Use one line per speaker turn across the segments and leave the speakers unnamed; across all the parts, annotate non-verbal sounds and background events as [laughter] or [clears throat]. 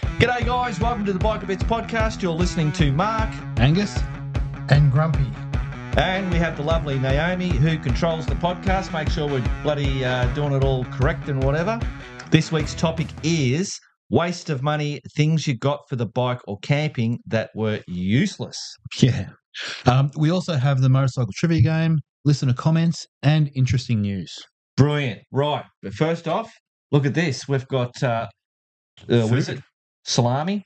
G'day, guys. Welcome to the Biker Bits podcast. You're listening to Mark,
Angus?
and grumpy.
and we have the lovely Naomi who controls the podcast. Make sure we're bloody uh, doing it all correct and whatever. This week's topic is waste of money, things you got for the bike or camping that were useless.
Yeah. Um, we also have the motorcycle trivia game, listener comments, and interesting news.
Brilliant. Right. But first off, look at this. We've got, uh, uh, what is
Food.
it? Salami,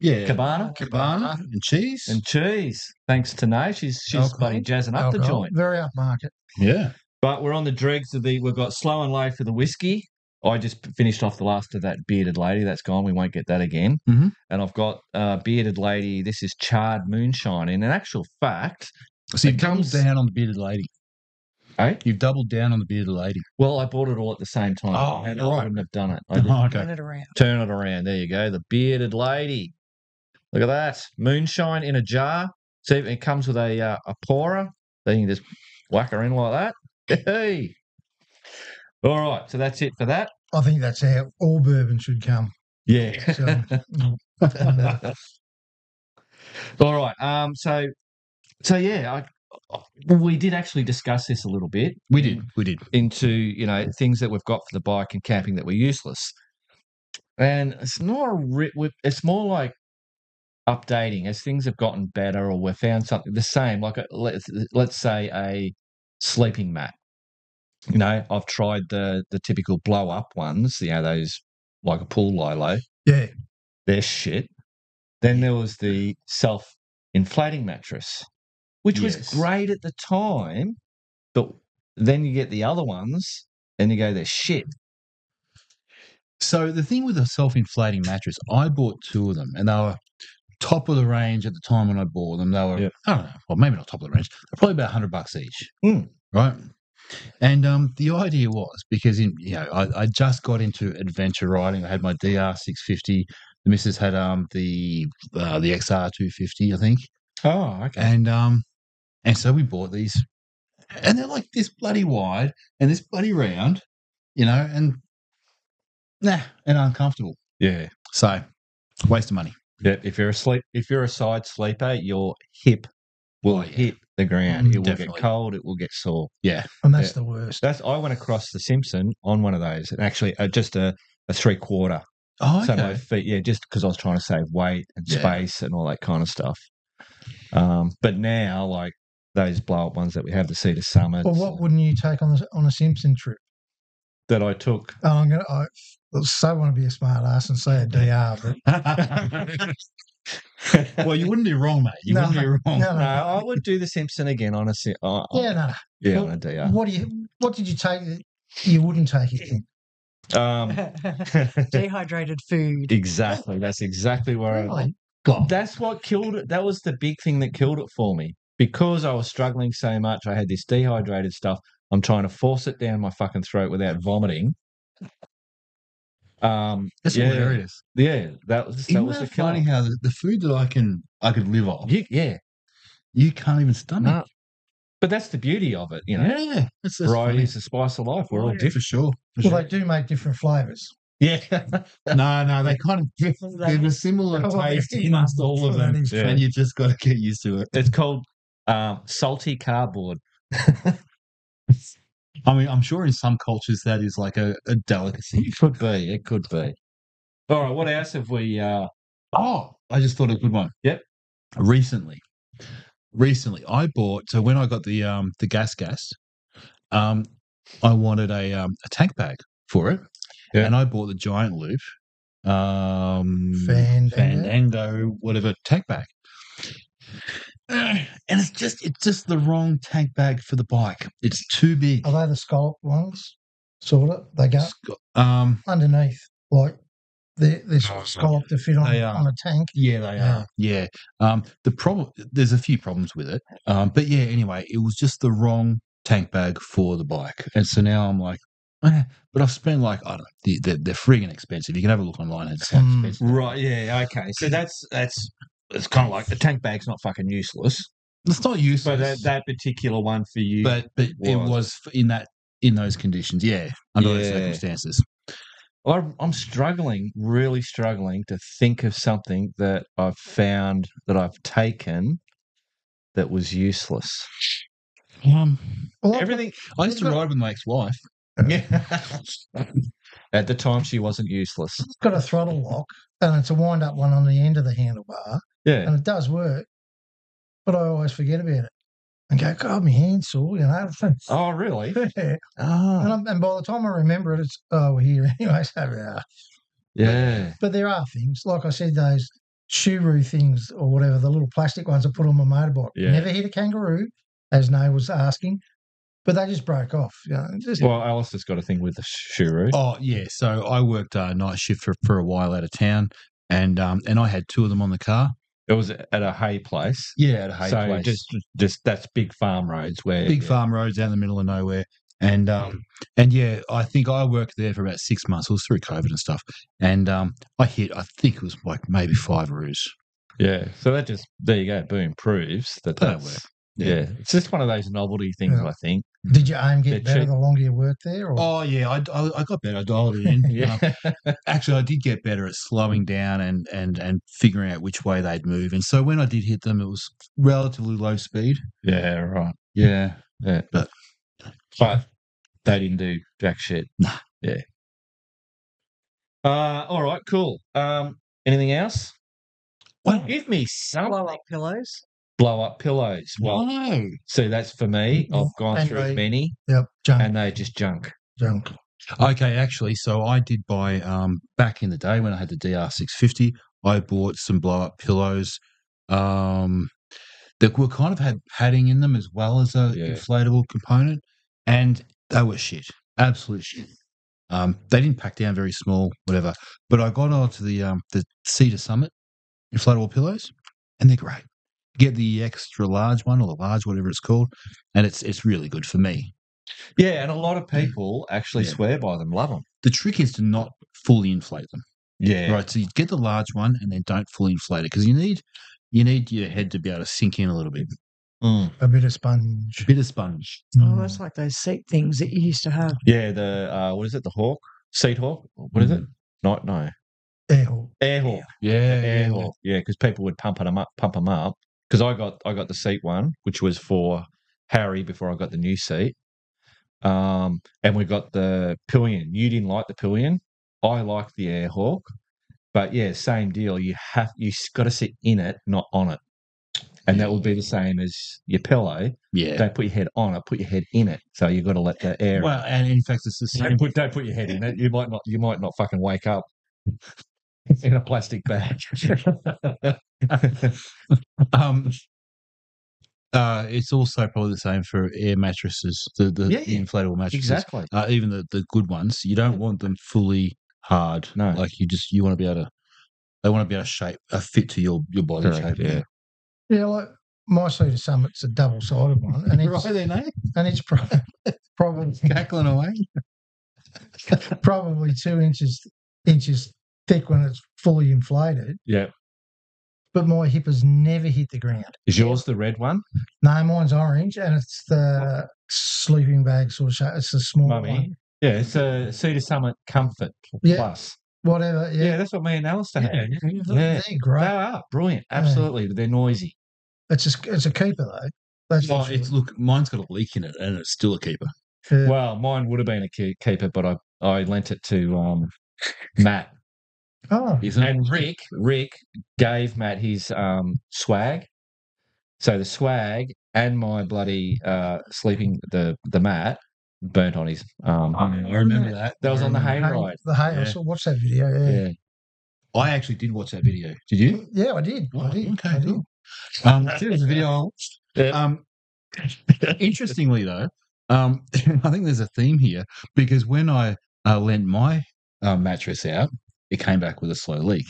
Yeah.
cabana,
Cabana and cheese.
and cheese. Thanks to Nay. She's, she's
Alcohol.
bloody jazzing up the
Alcohol,
joint.
Very upmarket.
yeah.
But we're on the dregs of the. We've got slow and low for the whiskey. I just p- finished off the last of that bearded lady. That's gone. We won't get that again.
Mhm.
And I've got uh, bearded lady. This is charred moonshine. In an actual fact,
So you've
It
doubled
comes-
down on the bearded lady.
Eh?
You've doubled down on the bearded lady.
well, I bought it all at the same time.
Oh,
and I
right.
wouldn't have done it. I just
Oh,
Turn
okay.
it around.
turn it around. There you go. The bearded lady. Look at that moonshine in a jar. See, it comes with a uh, a pourer. Then you just whack her in like that. [laughs] Hey. All right. So that's it for that.
I think that's how all bourbon should come.
Yeah. [laughs]
So,
All right. Um. So, so yeah, I, we did actually discuss this a little bit
[laughs] We did. We did.
into you know things that we've got for the bike and camping that were useless, and it's not a ri- we- it's more like updating as things have gotten better or we've found something the same. Like a, let's let's say a sleeping mat. You know, I've tried the the typical blow up ones. You know, those like a pool lilo
yeah.
their shit. Then there was the self inflating mattress, which was
Yes.
great at the time, but then you get the other ones and you go, they're shit.
So the thing with a self-inflating mattress, I bought two of them, and they were top of the range at the time when I bought them. They were,
Yeah.
I don't know, well maybe not top of the range, they're probably about hundred bucks each,
Mm.
right? And um, the idea was because in, you know I, I just got into adventure riding. I had my DR six fifty. The missus had um the uh, the XR two fifty, I think,
Oh, okay.
and um and so we bought these, and they're like this bloody wide and this bloody round, you know, and nah, and uncomfortable.
Yeah.
So, waste of money.
yeah. If you're asleep, if you're a side sleeper, your hip will
Oh, yeah. Mm-hmm,
hit the ground.
Mm,
It will
definitely.
get cold. It will get sore.
And that's
Yeah.
the worst.
That's I went across the Simpson on one of those, and actually uh, just a, a three quarter.
Oh,
So my feet, yeah, just because I was trying to save weight and
Yeah.
space and all that kind of stuff. Um, but now, like those blow up ones that we have, the Cedar Summit
Well, what wouldn't you take on the, on a Simpson trip?
that I took.
[laughs]
[laughs]
Oh, I'm gonna. I so want to be a smart ass and say a DR, but
well,
[laughs] well, you wouldn't be wrong, mate. You
No,
wouldn't be wrong.
no,
Oh, no, I would do the Simpson again on a si- uh,
yeah, no.
yeah, on a DR.
What do you? What did you take? That you wouldn't take it. Then?
Um,
[laughs]
[laughs]
Dehydrated food.
exactly. That's exactly where I
Really?
God.
that's what killed it. That was the big thing that killed it for me because I was struggling so much. I had this dehydrated stuff. I'm trying to force it down my fucking throat without vomiting. Um,
That's
yeah,
hilarious. uh,
Yeah, that was that
Isn't
was the
that funny
killer.
how the, the food that I can I could live off,
You- yeah,
you can't even
no.
stomach.
but that's the beauty of it, you know.
Yeah, that's, that's
Variety
funny.
is the spice of life. We're all
Yeah.
for
different.
sure. For
Well,
sure.
they do make different flavours.
Yeah, [laughs]
no, no, they kind of give give a similar
Oh, well,
taste
yeah.
amongst all of them,
Yeah.
and you just got to get used to it.
it's called um, salty cardboard.
I mean, I'm sure in some cultures that is like a, a delicacy.
It could be. It could be. All right. What else have we? Uh,
Oh, I just thought of a good one.
Yep.
Recently, recently, I bought. So when I got the um the gas gas, um, I wanted a um a tank bag for it,
Yeah.
and I bought the giant loop, um,
Mm,
Fandango.
Fandango, whatever tank bag. Uh, [clears throat] And it's just it's just the wrong tank bag for the bike. It's too big.
Are they the scallop ones? Sort of. They go
It's got- Um,
underneath, like they're, they're sort of scalloped to fit on,
They
um,
are.
on a tank.
Yeah, they
Yeah.
are. Yeah. Um, the problem, there's a few problems with it. Um, but yeah, anyway, it was just the wrong tank bag for the bike. And so now I'm like, eh, but I've spent like, I don't know, they- they're, they're friggin' expensive. You can have a look online. It's how
Mm.
expensive.
right. Yeah. Okay. So that's that's it's kind of like the tank bag's not fucking useless.
It's not
So
useless.
that, that particular one for you,
but but it
was.
was f- in that in those conditions. Yeah. Under those
Yeah.
circumstances.
I'm I'm struggling, really struggling to think of something that I've found that I've taken that was useless.
Um,
Well, I've
Everything
I used to ride with my ex-wife.
at the time she wasn't useless.
got a throttle lock and it's a wind up one on the end of the handlebar
Yeah.
and it does work, but I always forget about it and go, God, my hand's sore, you know. [laughs]
Oh, [laughs] really?
and,
Oh,
I'm, and by the time I remember it, it's, oh, we're here [laughs] anyway. So, uh,
yeah.
but there are things, like I said, those shuru things or whatever, the little plastic ones I put on my motorbike.
Yeah.
Never hit a kangaroo, as Nay was asking, but they just broke off. You know, just,
Well, Alice has got a thing with the shuru.
Oh yeah, so I worked uh, night shift for, for a while out of town, and um, and I had two of them on the car.
It was at a hay place.
Yeah, at a
so just just that's big farm roads where
big farm roads down the middle of nowhere. And um, and yeah, I think I worked there for about six months. It was through COVID and stuff. And um, I hit, I think it was like maybe five roos.
Yeah. So that just there you go. Boom proves that
That'll
that's
work.
Yeah. It's just one of those novelty things.
Yeah.
I
[laughs]
think.
did your aim
They're
get better
cheap.
the longer you worked there? Or?
Oh yeah, I, I, I got better. I dialed [laughs] it in. Um,
Yeah.
actually, I did get better at slowing down and and and figuring out which way they'd move. And so when I did hit them, it was relatively low speed.
yeah. Right.
Yeah,
Yeah.
But-
but they didn't do jack shit.
Nah.
Yeah. Uh, all right, cool. Um, anything else?
Well-
give me some
Blow up pillows.
blow up pillows. Well,
no.
so that's for me. I've gone
And
through
they-
many,
Yep, junk,
and they just junk.
junk.
Okay, actually, so I did buy um back in the day when I had the DR650, I bought some blow up pillows um that were kind of had padding in them as well as a
Yeah.
inflatable component, and they were shit, absolute shit. Um, they didn't pack down very small, whatever. But I got onto the um the Cedar Summit inflatable pillows, and they're great. Get the extra large one or the large whatever it's called, and it's it's really good for me.
Yeah, and a lot of people actually
Yeah.
swear by them, love them.
The trick is to not fully inflate them.
Yeah,
Right, so you get the large one and then don't fully inflate it because you need you need your head to be able to sink in a little bit.
Mm.
A bit of sponge. Hmm.
A bit of sponge.
Oh, that's like those seat things that you used to have.
yeah. The uh, what is it? The hawk, seed hawk. What is it?
Mm.
Not no
Air hole.
air hawk.
Yeah,
air hawk. Yeah, because people would pump them up, pump 'em up. Because I got I got the seat one, which was for Harry before I got the new seat. Um, and we got the pillion. You didn't like the pillion. I liked the air hawk. But yeah, same deal. You have you got to sit in it, not on it. And that will be the same as your pillow.
yeah.
Don't put your head on it. Put your head in it. So you got to let the air.
Well, and in fact, it's the same.
Don't put, don't put your head in it. You might not. You might not fucking wake up [laughs] in a plastic bag.
Um, uh, it's also probably the same for air mattresses, the the,
Yeah,
the
yeah.
inflatable
[laughs]
mattresses,
exactly.
uh, even the the good ones. You don't want them fully hard.
No.
like you just you want to be able to. They want to be able to shape a fit to your your body
Correct,
shape.
yeah.
Yeah, like my Cedar Summit's a double sided one,
[laughs]
and it's
Right there, Nate.
and it's pro- [laughs] probably
Cackling away.
probably two inches inches thick when it's fully inflated.
Yeah.
But my hippers never hit the ground.
Is yours the red one?
No, mine's orange, and it's the sleeping bag sort of shape. It's the small
Mummy.
one.
Yeah, it's a Cedar Summit Comfort pl-
Yeah.
Plus.
Whatever.
Yeah.
Yeah.
that's what me and Alistair had. Yeah.
They're
They
great.
are brilliant. Absolutely. But they're noisy.
It's a, it's a keeper though. That's
Oh,
for
it's
sure.
look. Mine's got a leak in it, and it's still a keeper.
Yeah.
Well, mine would have been a ke- keeper, but I, I lent it to um, Matt.
oh,
Isn't it?
And Rick, Rick gave Matt his um, swag. So the swag and my bloody uh, sleeping, the, the mat burnt on his um,
I remember that. Um,
That was on the
I
hay
remember-
ride.
the hay.
Yeah.
I saw, watched that video. Yeah.
Yeah.
I actually did watch that video. Did you?
Yeah, I did. I
Oh,
did.
okay,
I did.
cool. Um, it was a video I watched.
Yeah.
Um, interestingly, though, um, [laughs] I think there's a theme here because when I uh, lent my uh, mattress out, it came back with a slow leak.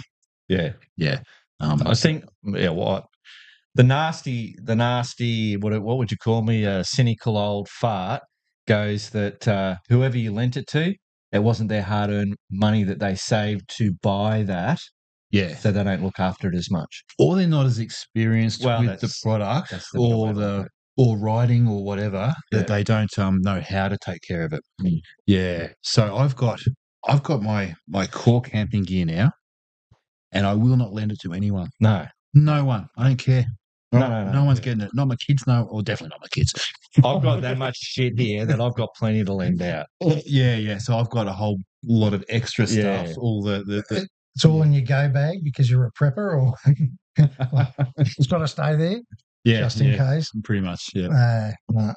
Yeah.
Yeah. Um,
I think yeah, what the nasty, the nasty, what what would you call me? A cynical old fart goes that uh, whoever you lent it to, it wasn't their hard earned money that they saved to buy that,
yeah.
so they don't look after it as much.
Or they're not as experienced
Well,
with the
that's-
product
That's the
or
better way to
the
look
or writing or whatever
Yeah.
that they don't um, know how to take care of it.
Mm.
Yeah. So I've got I've got my my core camping gear now, and I will not lend it to anyone.
No,
No one. I don't care.
No,
Right?
no, no,
one's
yeah.
getting it. Not my kids. No, or definitely not my kids.
I've got [laughs] that much shit here that I've got plenty to lend out.
Yeah, yeah. So I've got a whole lot of extra
Oh. Yeah.
stuff. All the, the, the
It's all in your go bag because you're a prepper, or
[laughs]
it's got to stay there
yeah,
just in
yeah,
case.
pretty much. Yeah,
Uh, no,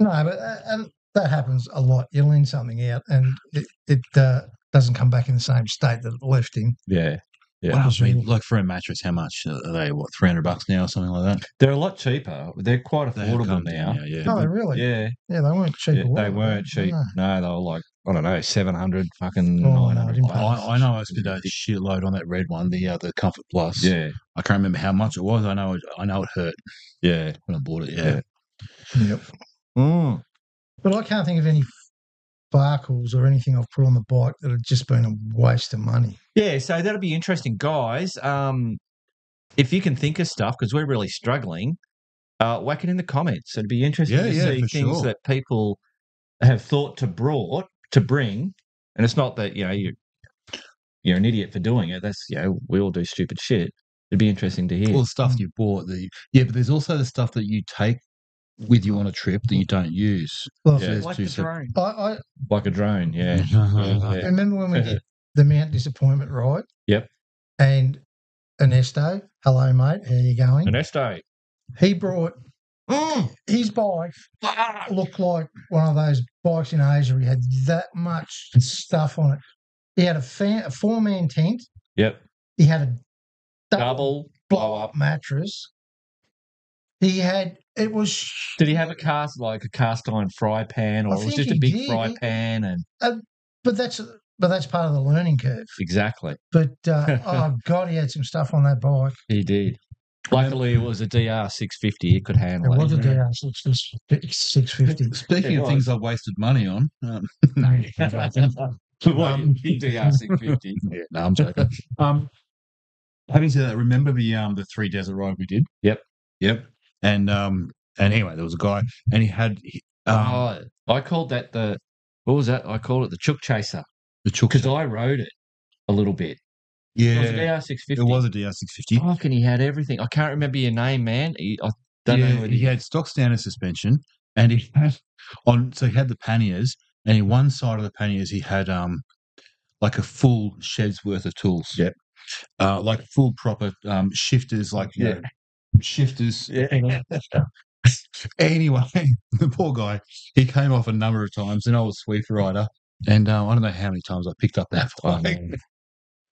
no, but uh, and that happens a lot. You lean something out, and it, it uh, doesn't come back in the same state that it left in.
yeah. Yeah,
Wow,
I mean,
so-
like for a mattress, how much are they? What three hundred bucks now or something like that?
They're a lot cheaper. They're quite
They have
affordable
come
now.
down now, yeah.
Oh, really?
Yeah,
Yeah, they weren't cheap.
yeah,
at all,
they
were
weren't cheap.
No.
No, they were like I don't know, seven hundred fucking
Oh, no, I
nine hundred.
didn't
I, I know I spent a shitload on that red one, the uh, the Comfort Plus.
Yeah,
I can't remember how much it was. I know, it, I know it hurt
yeah.
when I bought it. Yeah,
Yeah.
Yep.
Mm.
But I can't think of any barcles or anything I've put on the bike that have just been a waste of money.
Yeah, so that'll be interesting, guys. Um, if you can think of stuff, because we're really struggling, uh, whack it in the comments. It'd be interesting
Yeah,
to
yeah,
see
for
things
sure.
that people have thought to brought to bring. And it's not that you know you you're an idiot for doing it. That's you know we all do stupid shit. It'd be interesting to hear.
all the stuff you bought. The yeah, but there's also the stuff that you take with you on a trip that you don't use.
Well,
Yeah. There's
like
two
the
sep-
drone.
I, I
like a drone,
[laughs]
yeah. Yeah.
remember when we
[laughs]
did the Mount Disappointment ride.
Yep.
And Ernesto, hello mate, how you going?
Ernesto.
He brought
Mm,
his bike
fuck.
looked like one of those bikes in Asia. He had that much stuff on it. He had a, fan, a four man tent.
Yep.
He had a
Double blow up.
mattress. He had it was
Did he have a cast like a cast iron fry pan, or
I
it was
think
just a
he
big
did.
fry
He-
pan? And
but that's but that's part of the learning curve.
exactly,
But uh, oh god, he had some stuff on that bike.
he did. Luckily, it was a DR six fifty. It could
It
handle
was
it.
a DR six fifty.
[laughs] Speaking
It
of things I wasted money on, um, [laughs]
[laughs] What,
Um,
big DR six fifty.
yeah, no, I'm joking. um, having said that, remember the um the three desert ride we did?
Yep.
yep. And um, and anyway, there was a guy, and he had he- um,
Oh, I called that the what was that? I called it the Chook Chaser
the chook.
because I rode it a little bit. It was a
Yeah,
DR six fifty.
it was a DR six fifty.
Fucking, he had everything. I can't remember your name, man. He, I don't
yeah,
know. What
he had stock standard suspension, and he [laughs] had on. So he had the panniers, and in one side of the panniers he had um like a full shed's worth of tools.
Yep.
Uh, like full proper um shifters, like you
Yeah.
know, shifters.
Yeah.
[laughs] anyway, [laughs] the poor guy, he came off a number of times, an old sweep rider, and um, I don't know how many times I picked up
[laughs]
that
Oh,
bike.
man.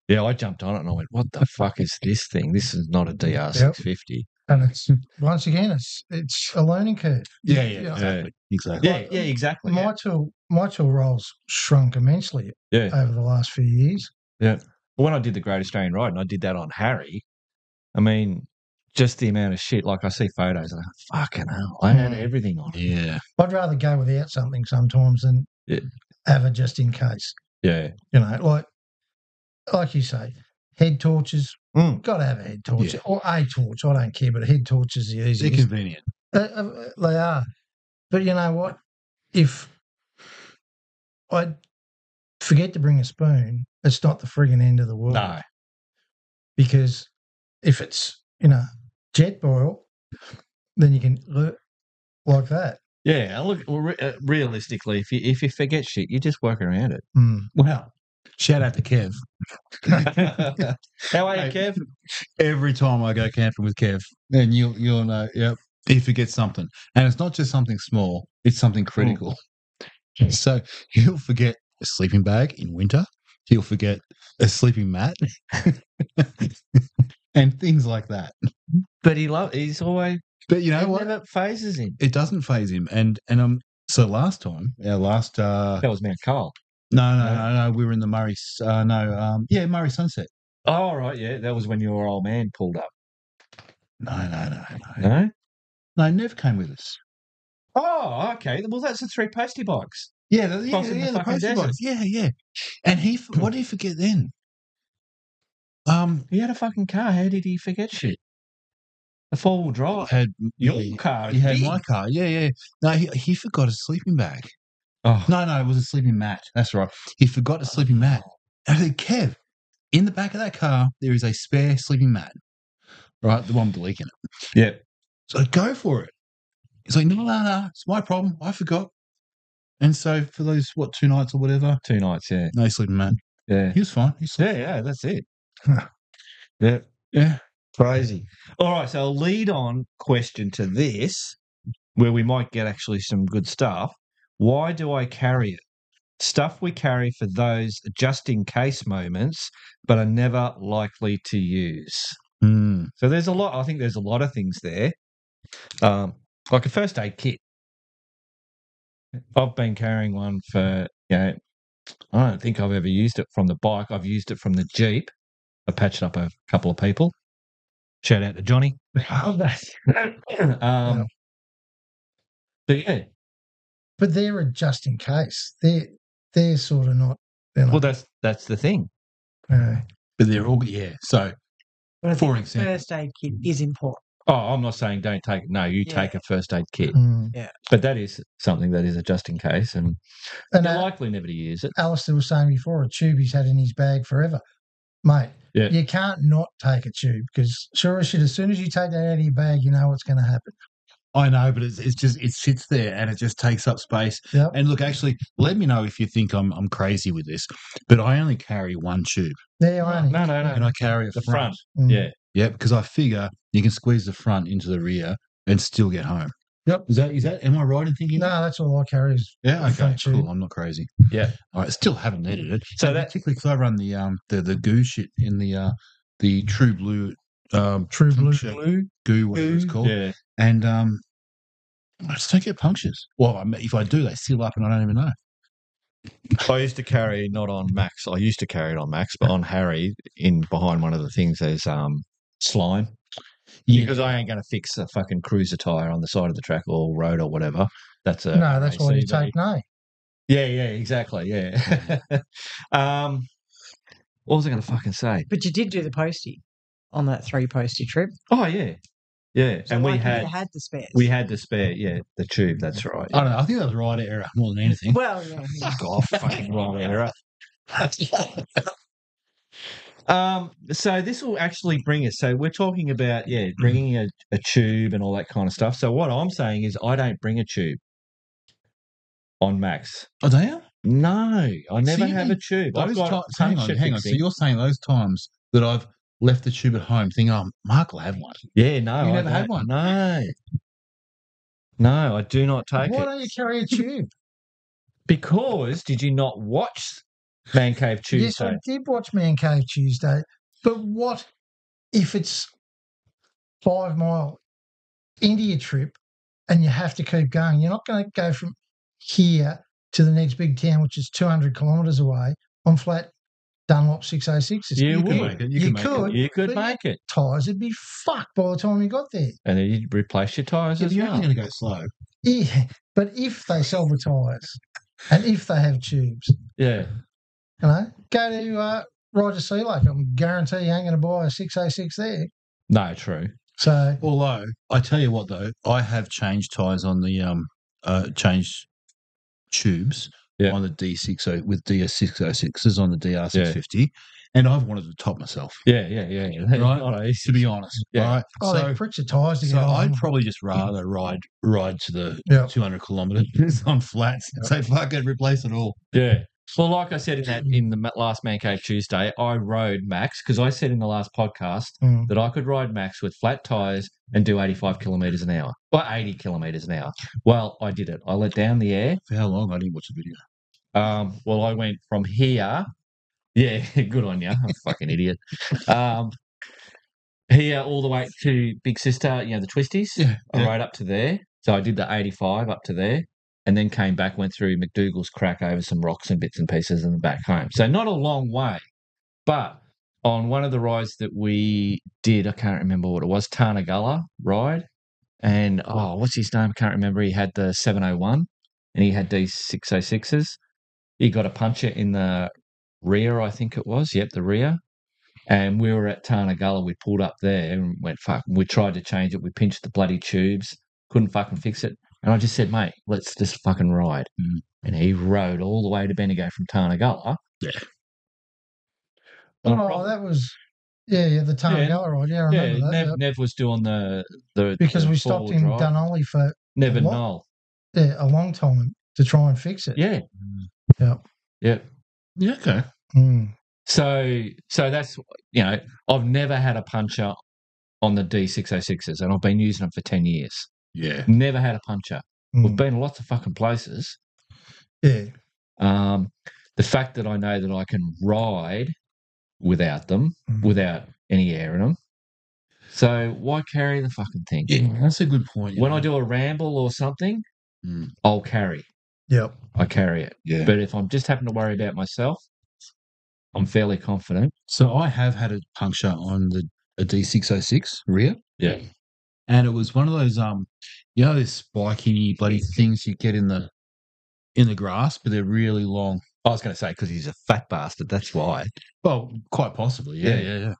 Yeah, I jumped on it and I went, "What the fuck is this thing? This is not a DR six fifty.
And it's once again, it's it's a learning curve.
Yeah,
You
yeah,
know,
exactly, exactly.
Yeah, yeah, exactly.
My tool my tool roles shrunk immensely
Yeah.
over the last few years.
When I did the Great Australian Ride and I did that on Harry, I mean, just the amount of shit. Like I see photos, and I go, fucking hell, I had
Mm.
everything on. it."
Yeah,
I'd rather go without something sometimes than
Yeah.
have it just in case.
Yeah,
You know, like like you say, head torches.
Mm.
Got to have a head torch
Yeah.
or a torch. I don't care, but a head torch is the
they're
easiest.
convenient.
Uh, uh, they are. But you know what? If I forget to bring a spoon, it's not the friggin' end of the world.
no,
Because if it's, you know, jet boil, then you can look like that.
yeah. and Look, well, re- uh, realistically, if you if you forget shit, you just work around [laughs] it.
Mm.
Wow. Shout out to Kev.
How are you,
Mate.
Kev?
every time I go camping with Kev, and you'll you'll know, yep, he forgets something, and it's not just something small; it's something critical. So he'll forget a sleeping bag in winter. He'll forget a sleeping mat, [laughs] and things like that.
But he love. He's always.
But you know
it
what?
never phases him.
It doesn't phase him, and and um. So last time, our last uh,
That was Mount Carl.
no, no,
No.
no, no, we were in the Murray. s- Uh, no, um, yeah, Murray Sunset.
Oh, all right, yeah. That was when your old man pulled up.
No, no, no, no,
No.
no. Nev came with us.
Oh, okay. Well, that's the three postie bikes.
Yeah, the, yeah,
Crossing the
yeah, the,
fucking
postal
desert. Hmm.
box. Yeah, yeah. And he, f- what did he forget then? Um,
He had a fucking car. How did he forget shit? A four wheel drive.
had
Your
he
car.
had
big.
my car? Yeah, yeah. No, he, he forgot his sleeping bag.
Oh,
No, no, it was a sleeping mat. That's right. He forgot a sleeping mat. And I said, Kev, in the back of that car, there is a spare sleeping mat, right? The one with the leak in it.
yeah.
So I go for it. He's like, no, no, no, no, it's my problem. I forgot. And so for those, what, two nights or whatever,
Two nights. Yeah.
no sleeping mat.
Yeah.
He was fine. He slept.
Yeah. Yeah. That's it. [laughs]
Huh.
yeah.
Yeah.
Crazy. All right. So, a lead on question to this, where we might get actually some good stuff. Why do I carry it? Stuff we carry for those just in case moments, but are never likely to use.
Hmm.
So, there's a lot. I think there's a lot of things there. Um, like a first aid kit. I've been carrying one for, you know, I don't think I've ever used it from the bike. I've used it from the Jeep. I patched up a couple of people. Shout out to Johnny. [laughs] um, But yeah,
But they're a just in case. They're they're sort of not. They're
well,
not
that's that's the thing.
uh,
But they're all, yeah. So
But I
For
think
example.
first aid kit is important.
Oh, I'm not saying don't take it. No, you
Yeah.
take a first aid kit.
mm.
But that is something that is a just in case, and
and
you're
Al-
likely never to use it.
Alistair was saying before a tube he's had in his bag forever, mate.
Yeah.
You can't not take a tube because sure as shit, as soon as you take that out of your bag, you know what's going to happen.
I know, but it's, it's just, it sits there and it just takes up space.
Yep.
And look, actually, let me know if you think I'm, I'm crazy with this, but I only carry one tube
There, I
No, no,
and
no.
I carry a
The
front.
front.
Hmm.
Yeah.
Yeah, because I figure you can squeeze the front into the rear and still get home.
Yep.
Is that is that? Am I right in thinking? that?
No, that's all I carry is
Yeah. Okay.
front tube.
Cool. I'm not crazy.
Yeah.
All right. Still haven't needed it.
So
And
that-
particularly because I run the um the the goo shit in the uh the True Blue um
true blue.
puncture- goo whatever it's
Goo.
called
Yeah.
and um I just don't get punctures. Well, I mean, if I do, they seal up and I don't even know.
I used to carry not on Max. I used to carry it on Max, but on Harry, in behind one of the things there's um slime.
Yeah.
Because I ain't going to fix a fucking cruiser tire on the side of the track or road or whatever. That's a
No, that's why you
RACV.
take no.
Yeah, yeah, exactly. Yeah. [laughs] um, what was I going to fucking say?
But you did do the postie on that three postie trip.
Oh yeah, yeah.
So
and we
like,
had
you had the spares.
we had the spare. Yeah, the tube. That's right.
I don't know. I think that was right error more than anything.
Well, yeah, yeah.
Fuck off, fucking wrong error. um, so this will actually bring us. So we're talking about yeah,
Mm-hmm.
bringing a, a tube and all that kind of stuff. So what I'm saying is, I don't bring a tube on Max.
Oh, do you?
No, I never
you
have a
mean
tube. I've
Those
got
ti-
some
hang on,
shit
hang on. So
fixing.
you're saying those times that I've left the tube at home, thinking, "Oh, Mark will have one."
Yeah, no,
You
I
never had
don't-
one?
No, no, I do not take
Why
it
don't you carry a tube?
because did you not watch Man Cave
yes,
Tuesday?
I did watch Man Cave Tuesday, but what if it's five mile into your trip and you have to keep going? You're not going to go from here to the next big town, which is 200 kilometres away, on flat Dunlop 606.
You
You can
would.
make it. You,
You
can make
could.
it.
you could
But-
make it,
Tyres would be fucked by the time you got there.
and then you'd replace your tyres
Yeah,
as
you're
well.
only going to go slow.
Yeah, [laughs] but if they sell the tyres and if they have tubes,
Yeah,
you know, go to uh, Roger Sea Lake. I'm guarantee you ain't going to buy a 606 there.
no, true.
So
Although I tell you what, though, I have changed tires on the um, uh, changed tubes
Yeah.
on the D60 with DS606s on the DR650, and I've wanted to top myself.
Yeah, yeah, yeah. yeah. [laughs]
Right.
Not easy.
To be honest,
Yeah.
all right.
Oh, they
so,
pricks your tyres
so
together.
I'd probably just rather ride ride to the
Yeah.
200 kilometers on flats and say, "Fuck it, replace it all."
Yeah. Well, like I said in that in the ma- last Man Cave Tuesday, I rode Max because I said in the last podcast
Hmm.
Mm.
that I could ride Max with flat tires and do 85 kilometers an hour, or 80 kilometers an hour. Well, I did it. I let down the air.
For how long? I didn't watch the video.
Um, well, I went from here. Yeah, [laughs] good on you. I'm a fucking idiot. Um, here all the way to Big Sister, you know, the twisties.
Yeah,
I rode up to there. So I did the 85 up to there and then came back, went through McDougal's crack over some rocks and bits and pieces and back home. So not a long way. But on one of the rides that we did, I can't remember what it was, Tarnagala ride. And oh, what's his name? I can't remember. He had the 701 and he had oh these 606s. He got a puncher in the rear, I think it was. Yep, the rear. And we were at Tarnagala. We pulled up there and went, fuck. We tried to change it. We pinched the bloody tubes. Couldn't fucking fix it. And I just said, mate, let's just fucking ride.
Mm.
And he rode all the way to Bendigo from Tarnagulla.
Yeah.
On a
Oh,
prop-
that was yeah, yeah, the Tarnagella ride. Yeah, I
yeah,
remember that.
Nev,
yeah.
Nev was doing the the
Because
the
we stopped
four-wheel
in
drive.
Dunolly for
Nev and
What?
Noel.
yeah, a long time to try and fix it.
Yeah,
Mm. Yeah, okay. Hmm,
Mm.
So so that's you know I've never had a puncture on the D606s, and I've been using them for ten years.
Yeah.
Never had a puncture.
Hmm.
We've
Mm.
been to lots of fucking places.
Yeah.
Um, the fact that I know that I can ride without them,
Mm.
Hmm.
without any air in them. So why carry the fucking thing?
Yeah, Mm, that's a good point. you
When
know.
I do a ramble or something,
Mm.
I'll carry.
Yep.
I carry it.
Yeah.
But if I'm just having to worry about myself, I'm fairly confident.
So I have had a puncture on the a D606 rear.
Yeah.
And it was one of those um you know those spiky bloody things you get in the in the grass, but they're really long. I was going to say because he's a fat bastard. That's why. Well, quite possibly. Yeah, yeah, yeah.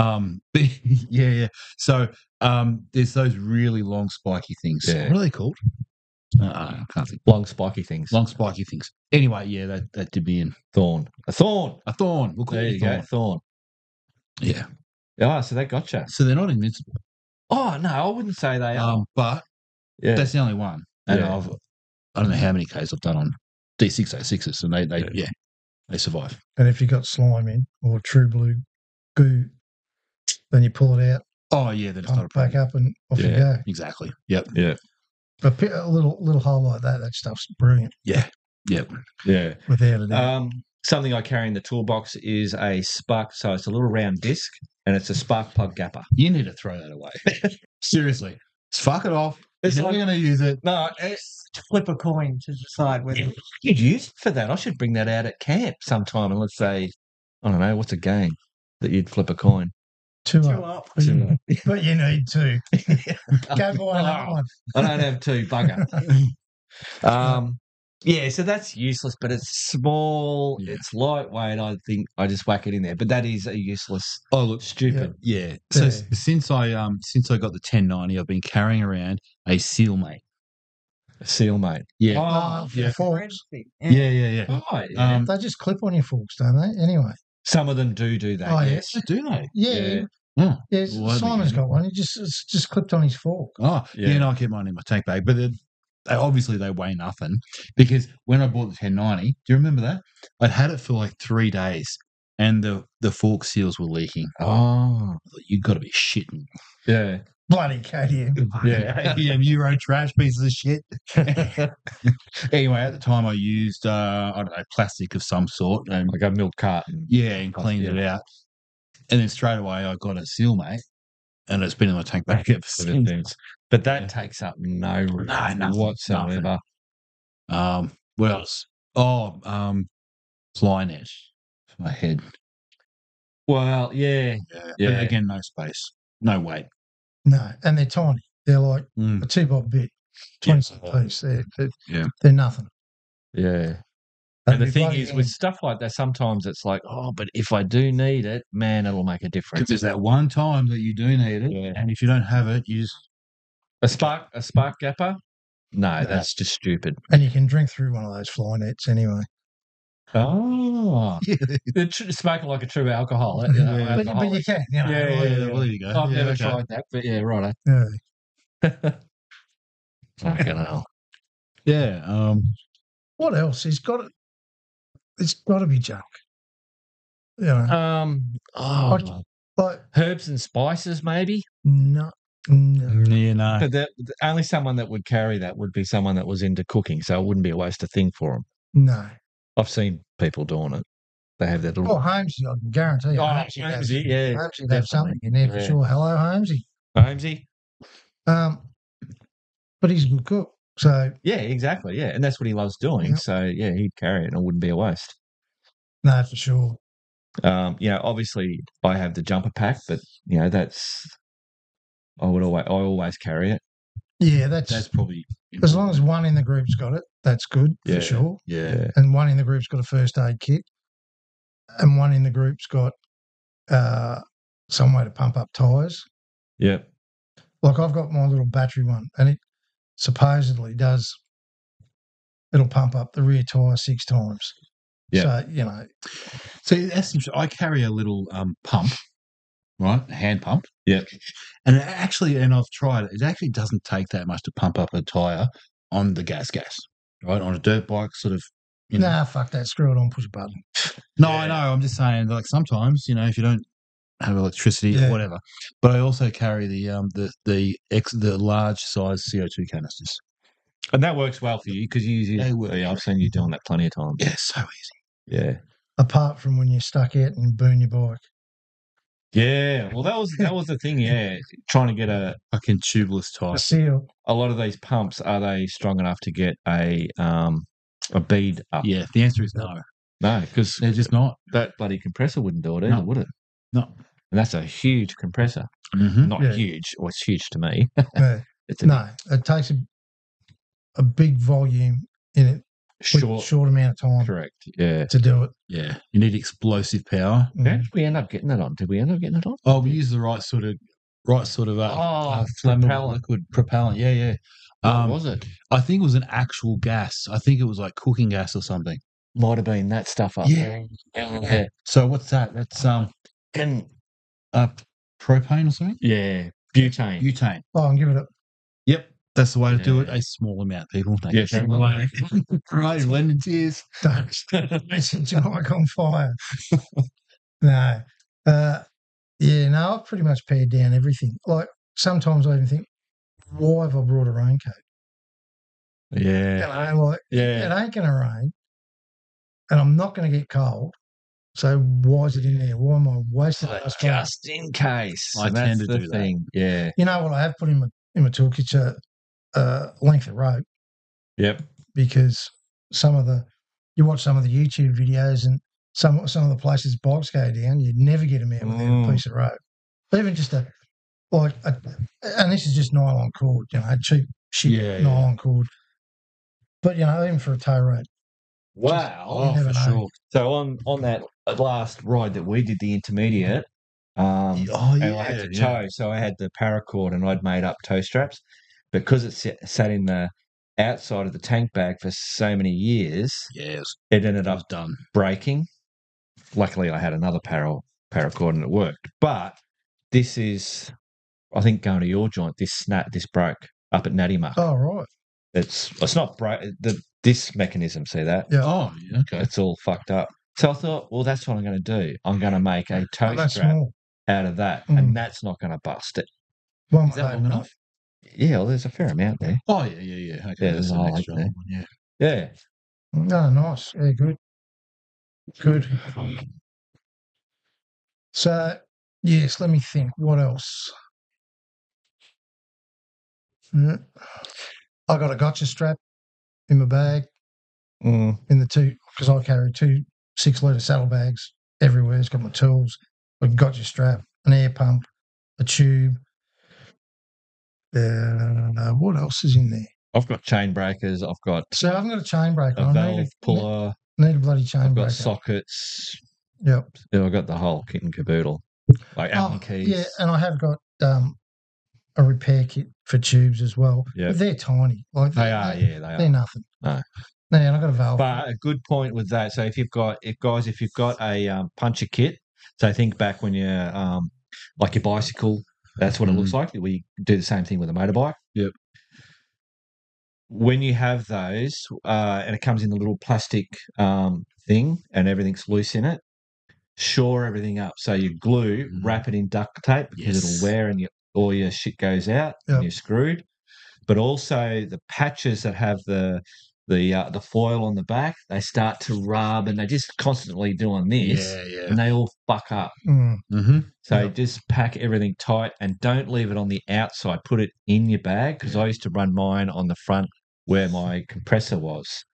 Um, [laughs] but yeah, yeah. So um, there's those really long spiky things.
Yeah. Mm.
What are they called? Uh, I can't think.
Long spiky things.
Long spiky things. Anyway, yeah, that that did me in
Thorn. A thorn.
a thorn. We'll call
There
it a
you
thorn.
go. Thorn.
Yeah.
Ah, so they gotcha.
So they're not invincible.
Oh no, I wouldn't say they are.
Um, but
yeah.
that's the only one. And
Yeah.
I've, I don't know how many Ks I've done on D606s, and they, they yeah. they survive.
And if you got slime in or true blue goo, then you pull it out,
Oh, yeah, then it's not a
pump it back
problem.
up, and off you
Yeah.
go.
Exactly. Yep.
But pi- a little little hole like that, that stuff's brilliant
Yeah. Yep.
yeah.
without a doubt.
Um, something I carry in the toolbox is a spark. So it's a little round disc, and it's a spark plug gapper.
You need to throw that away. [laughs] Seriously. Just fuck it off.
It's
You're
like-
never going to use it.
No, it,
Flip a coin to decide whether.
you'd use it for that. I should bring that out at camp sometime, and let's say, I don't know, what's a game that you'd flip a coin. [laughs]
two
Two
up.
up.
Two
but you need two. Go buy another
Oh.
one.
I don't have two, bugger. [laughs] Um, yeah, so that's useless, but it's small,
Yeah.
it's lightweight. I think I just whack it in there, but that is a useless,
Oh, look.
stupid.
Yeah. So s-
Yeah.
since I um since I got the 1090, I've been carrying around a seal mate.
Seal, mate.
Yeah.
Oh,
yeah.
forks.
Yeah. Yeah. Yeah.
Right.
Um,
They just clip on your forks, don't they? Anyway.
Some of them do do that.
Oh, yeah.
yes.
do they?
Yeah.
Yeah.
yeah.
Oh.
Yes,
Well, I
Simon's
think-
got one. He just it's just clipped on his fork.
Oh, yeah.
Yeah.
no, I keep mine in my tank bag, but they, they obviously they weigh nothing because when I bought the 1090, do you remember that? I'd had it for like three days, and the the fork seals were leaking.
Oh,
I thought, You've got to be shitting!
yeah.
Bloody KDM.
[laughs] Yeah.
[laughs] yeah, Euro trash pieces of shit. [laughs] anyway, at the time, I used uh, I don't know plastic of some sort, and
Like a milk [laughs] carton.
yeah, and cleaned it out, and then straight away I got a seal, mate, and it's been in my tank bag ever
Sort of
since.
things. But that
Yeah.
takes up no room
nothing,
whatsoever.
nothing. Um, what else? Oh, um, fly net for my head.
Well, yeah,
Yeah.
Yeah.
But again, no space, no weight.
No, and they're tiny. They're like
Mm.
a two bob bit,
Yeah.
twenty cent piece. They're, they're,
Yeah.
they're nothing.
yeah.
They'd
And the
be
thing
bloody
is, with stuff like that, sometimes it's like, oh, but if I do need it, man, it'll make a
Because
difference.
there's that one time that you do need it,
Yeah.
and if you don't have it, you just [laughs]
A spark, a spark gapper. No,
No.
that's just stupid.
and you can drink through one of those fly nets anyway.
[laughs] Oh, they're tr- smoking like a true alcohol. You [laughs] know,
Yeah.
But, but
alcoholic.
you can, you know,
Yeah, yeah,
like-
yeah.
well, there you go.
I've
Yeah,
never
okay.
tried that, but yeah, right.
yeah.
[laughs] Fucking hell.
Yeah. Um.
What else? It's got it's got to be junk. You know,
Um, oh,
Okay. like
herbs and spices, maybe.
no, no.
Yeah. No.
But the, the only someone that would carry that would be someone that was into cooking, so it wouldn't be a waste of thing for them.
No.
I've seen people doing it. They have that
Oh,
little.
Holmesy, I can guarantee you.
Oh,
Holmesy'd have-
Holmesy, yeah,
Holmesy'd have
definitely.
something in there for
Yeah.
sure. Hello, Holmesy.
Holmesy.
Um, but he's a good cook. So,
Yeah, exactly. Yeah, and that's what he loves doing.
Yep.
So yeah, he'd carry it, and it wouldn't be a waste.
no, for sure.
Um, you know, obviously I have the jumper pack, but you know that's I would always I always carry it.
Yeah, that's,
That's probably
as long as one in the group's got it, that's good
Yeah.
for sure.
Yeah.
Yeah.
And one in the group's got a first aid kit, and one in the group's got uh, some way to pump up tyres.
Yep.
Like I've got my little battery one, and it supposedly does it'll pump up the rear tire six times.
Yeah.
So, you know,
So that's interesting. I carry a little um, pump, right? A hand pump.
Yep.
And it actually, and I've tried it, it actually doesn't take that much to pump up a tire on the gas gas, right? On a dirt bike, sort of. You know.
nah, fuck that. Screw it on, push a button.
No,
Yeah.
I know. I'm just saying, like sometimes, you know, if you don't have electricity
Yeah.
or whatever. But I also carry the um the the ex the large size CO2 canisters.
And that works well for you because you use
They work.
Yeah, I've seen you doing that plenty of times.
Yeah, so easy.
Yeah.
Apart from when you're stuck out and burn your bike.
Yeah. Well, that was that was the thing. Yeah, trying to get a
Fucking tubeless tire.
The seal. [laughs]
a lot of these pumps are they strong enough to get a um a bead up?
Yeah, the answer is no.
No, because
They're just not.
that bloody compressor wouldn't do it either,
No.
would it?
No.
And that's a huge compressor.
Mm-hmm.
Not
Yeah.
huge, or it's huge to me.
Yeah.
It's a
no, it takes a, a big volume in it with
short,
short amount of time
correct. Yeah.
to do it.
Yeah, you need explosive power.
Mm.
How did we end up getting it on? Did we end up getting it on?
Oh, we use the right sort of right sort of uh,
Oh,
uh, flammable
propellant.
liquid propellant. Yeah, yeah.
What
Um,
was it?
I think it was an actual gas. I think it was like cooking gas or something.
Might have been that stuff up.
Yeah.
Yeah.
So what's that? That's um
And
uh, propane or something.
yeah, butane.
Butane.
Oh, and give it a
Yep, that's the way to do it.
Yeah.
A small amount, people. Thank
Yes,
you.
small amount.
[laughs] right, Lennon, cheers.
[laughs]
don't mention Jack on fire. no. Uh, yeah, no, I've pretty much pared down everything. Like sometimes I even think, why have I brought a raincoat?
yeah.
You know, like
Yeah.
it ain't going to rain and I'm not going to get cold. So why is it in there? Why am I wasting
But
that? time?
just in case.
Uh, I
And
tend
that's
to do that.
Yeah.
You know what I have put in my in my toolkit a uh, length of rope
Yep.
because some of the you watch some of the YouTube videos and some some of the places bikes go down, you'd never get them out without
Mm.
a piece of rope. Even just a like a, and this is just nylon cord, you know, a cheap shit
Yeah, yeah.
nylon cord. But you know, even for a tow rope,
Wow.
Oh,
never
for
know.
sure.
So on on that last ride that we did, the intermediate, um,
Oh
and I had
yeah,
to
yeah.
tow, so I had the paracord and I'd made up toe straps because it sat, sat in the outside of the tank bag for so many years.
Yes,
It ended
that
up
was done.
breaking. Luckily, I had another para paracord and it worked. But this is, I think, going to your joint. This snap, this broke up at Natty Mark.
oh right,
It's it's not broke. The this mechanism, see that?
yeah,
Oh, yeah, okay.
It's all fucked up. So I thought, well, that's what I'm going to do. I'm going to make a toe
oh, that's
strap
small.
out of that,
Mm.
and that's not going to bust it.
One
Is that
blade
long enough?
Yeah, well, there's a fair amount there.
Oh yeah, yeah, yeah. Okay,
Yeah, there's
that's
a
an
hole
extra
there.
long one, yeah.
Yeah.
No, nice. Yeah, good. Good. So, yes, let me think. What else? Mm. I got a gotcha strap in my bag,
Mm.
in the two, because I carry two six litre saddlebags everywhere. It's got my tools, a gotcha strap, an air pump, a tube. Uh, what else is in there?
I've got chain breakers. I've got
So, I haven't got a chain breaker.
a
I
valve
need a,
puller.
need a bloody chain
I've
breaker.
got sockets.
Yep.
Yeah, I've got the whole kit and caboodle, like Allen
Oh,
keys.
Yeah, and I have got um, a repair kit for tubes as well.
Yeah.
But they're tiny. Like
They are, yeah,
They're
they are.
nothing.
No.
No, and I got a valve.
But a good point with that. So if you've got, if guys, if you've got a um, puncher kit, so think back when you're um, like your bicycle, that's what it looks like. We do the same thing with a motorbike.
Mm. Yep.
When you have those, uh, and it comes in the little plastic um, thing, and everything's loose in it, shore everything up. So you glue,
Mm.
wrap it in duct tape because
Yes.
it'll wear, and your, all your shit goes out,
Yep.
and you're screwed. But also the patches that have the the uh, the foil on the back, they start to rub, and they're just constantly doing this,
Yeah, yeah.
and they all fuck up.
Mm,
Mm-hmm.
So
Yep.
just pack everything tight and don't leave it on the outside. Put it in your bag because I used to run mine on the front
[laughs]
where my compressor was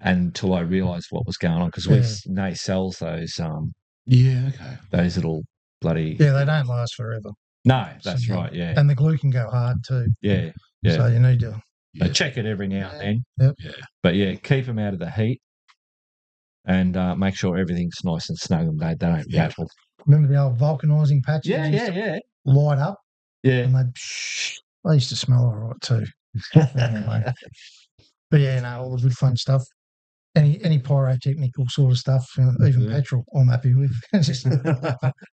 until I realised what was going on because
Yeah.
Nay sells those um
Yeah, okay.
those little bloody
yeah, they don't last forever.
no that's
So, yeah.
right yeah
And the glue can go hard too.
yeah yeah.
So you need to.
So
Yeah.
check it every now and then
Yep.
Yeah.
but yeah keep them out of the heat and uh, make sure everything's nice and snug and they, they don't
Yeah.
rattle
Remember the old vulcanizing patches?
yeah
that used
yeah yeah
to Light up
yeah
and they, psh, they used to smell all right too. anyway.
[laughs]
But yeah, no, all the good fun stuff. Any any pyrotechnical sort of stuff, you know, even
Mm-hmm.
Yeah.
petrol, I'm happy with. [laughs]
[laughs]
Just-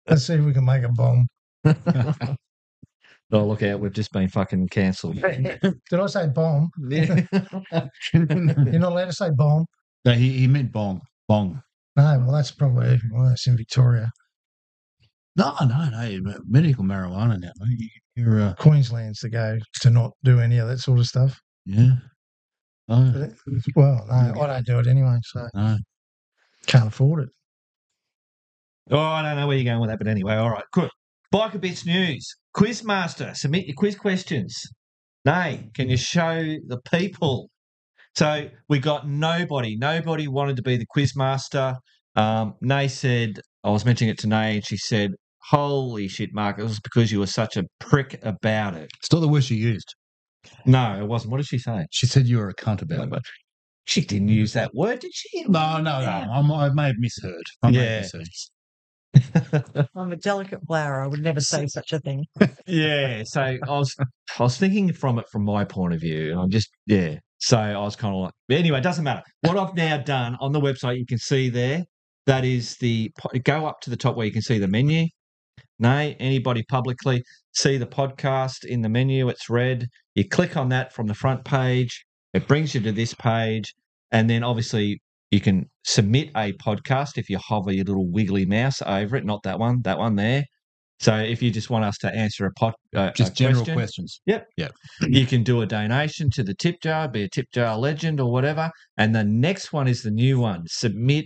let's see if we can make a bomb.
Oh, look out. We've just been fucking cancelled.
[laughs] Did I say bomb?
[laughs]
[laughs] no,
You're not allowed to say bomb.
he, he meant bong. Bong.
No, well, that's probably even worse in Victoria,
No, no, no. Medical marijuana now, mate. You- You're, uh,
Queensland's the go to not do any of that sort of stuff.
yeah. No,
But it- well, no, I don't do it anyway, so
no.
can't afford it.
Oh, I don't know where you're going with that, but anyway, all right, good. Biker Bits News. Quizmaster, submit your quiz questions. Nay, can you show the people? So we got nobody. Nobody wanted to be the Quizmaster. Um, Nay said, I was mentioning it to Nay, and she said, Holy shit, Mark, it was because you were such a prick about it.
It's not the word she used.
No, it wasn't. What did she say?
She said you were a cunt about it.
She didn't use that word, did she?
No, no, no. I'm, I may have misheard. I may
Yeah.
have misheard.
I'm a delicate flower. I would never say such a thing.
yeah so i was i was thinking from it from my point of view and i'm just yeah so i was kind of like but anyway it doesn't matter what i've now done on the website you can see there that is the po- go up to the top where you can see the menu nay anybody publicly see the podcast in the menu it's red you click on that from the front page it brings you to this page and then obviously you can submit a podcast if you hover your little wiggly mouse over it not that one that one there so if you just want us to answer a, pod, uh,
Just
a
general
question,
questions.
you can do a donation to the tip jar, be a tip jar legend or whatever. And the next one is the new one. Submit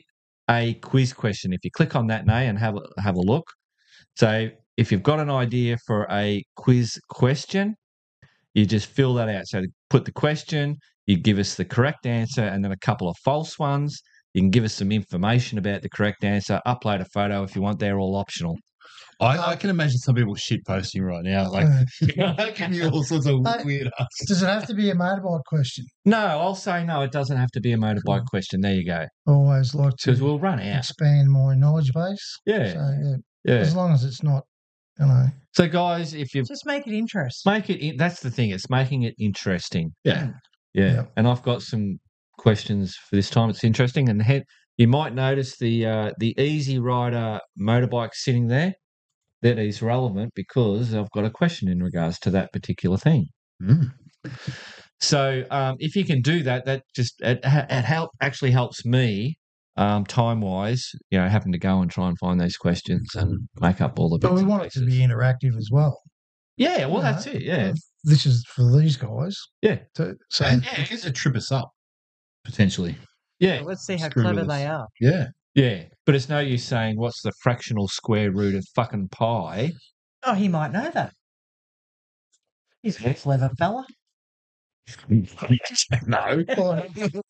a quiz question. If you click on that nay and have a, have a look. So if you've got an idea for a quiz question, you just fill that out. So put the question, you give us the correct answer, and then a couple of false ones. You can give us some information about the correct answer. Upload a photo if you want. They're all optional.
I, I can imagine some people shit posting right now. Like, [laughs]
Uh,
that can be all sorts of
I-
weird uh, ass.
does it have to be a motorbike question?
No, I'll say no. It doesn't have to be a motorbike question. There you go.
Always like
Because
to
we'll run out.
expand my knowledge base.
Yeah.
So, yeah,
Yeah.
as long as it's not, you know,
So, guys, if you
Just make it interesting.
make it, in, that's the thing. It's making it interesting.
Yeah.
Hmm.
Yeah.
Yeah.
And I've got some questions for this time. It's interesting, and he- you might notice the uh, the Easy Rider motorbike sitting there. That is relevant because I've got a question in regards to that particular thing. Hmm.
Mm.
So um, if you can do that, that just it, it help actually helps me um, time wise. You know, having to go and try and find those questions and make up all the.
Mm-hmm. but
bits
we
and
want it to
pieces.
be interactive as well.
Yeah, well,
you
that's it. Yeah,
This is for these guys.
Yeah.
To, so
And yeah, it gets to trip us up, potentially.
yeah,
Let's see how
Screw
clever
with us.
they are.
[laughs]
Yeah.
yeah. But it's no use saying what's the fractional square root of fucking pi.
Oh, he might know that. He's a clever fella.
no.
Well,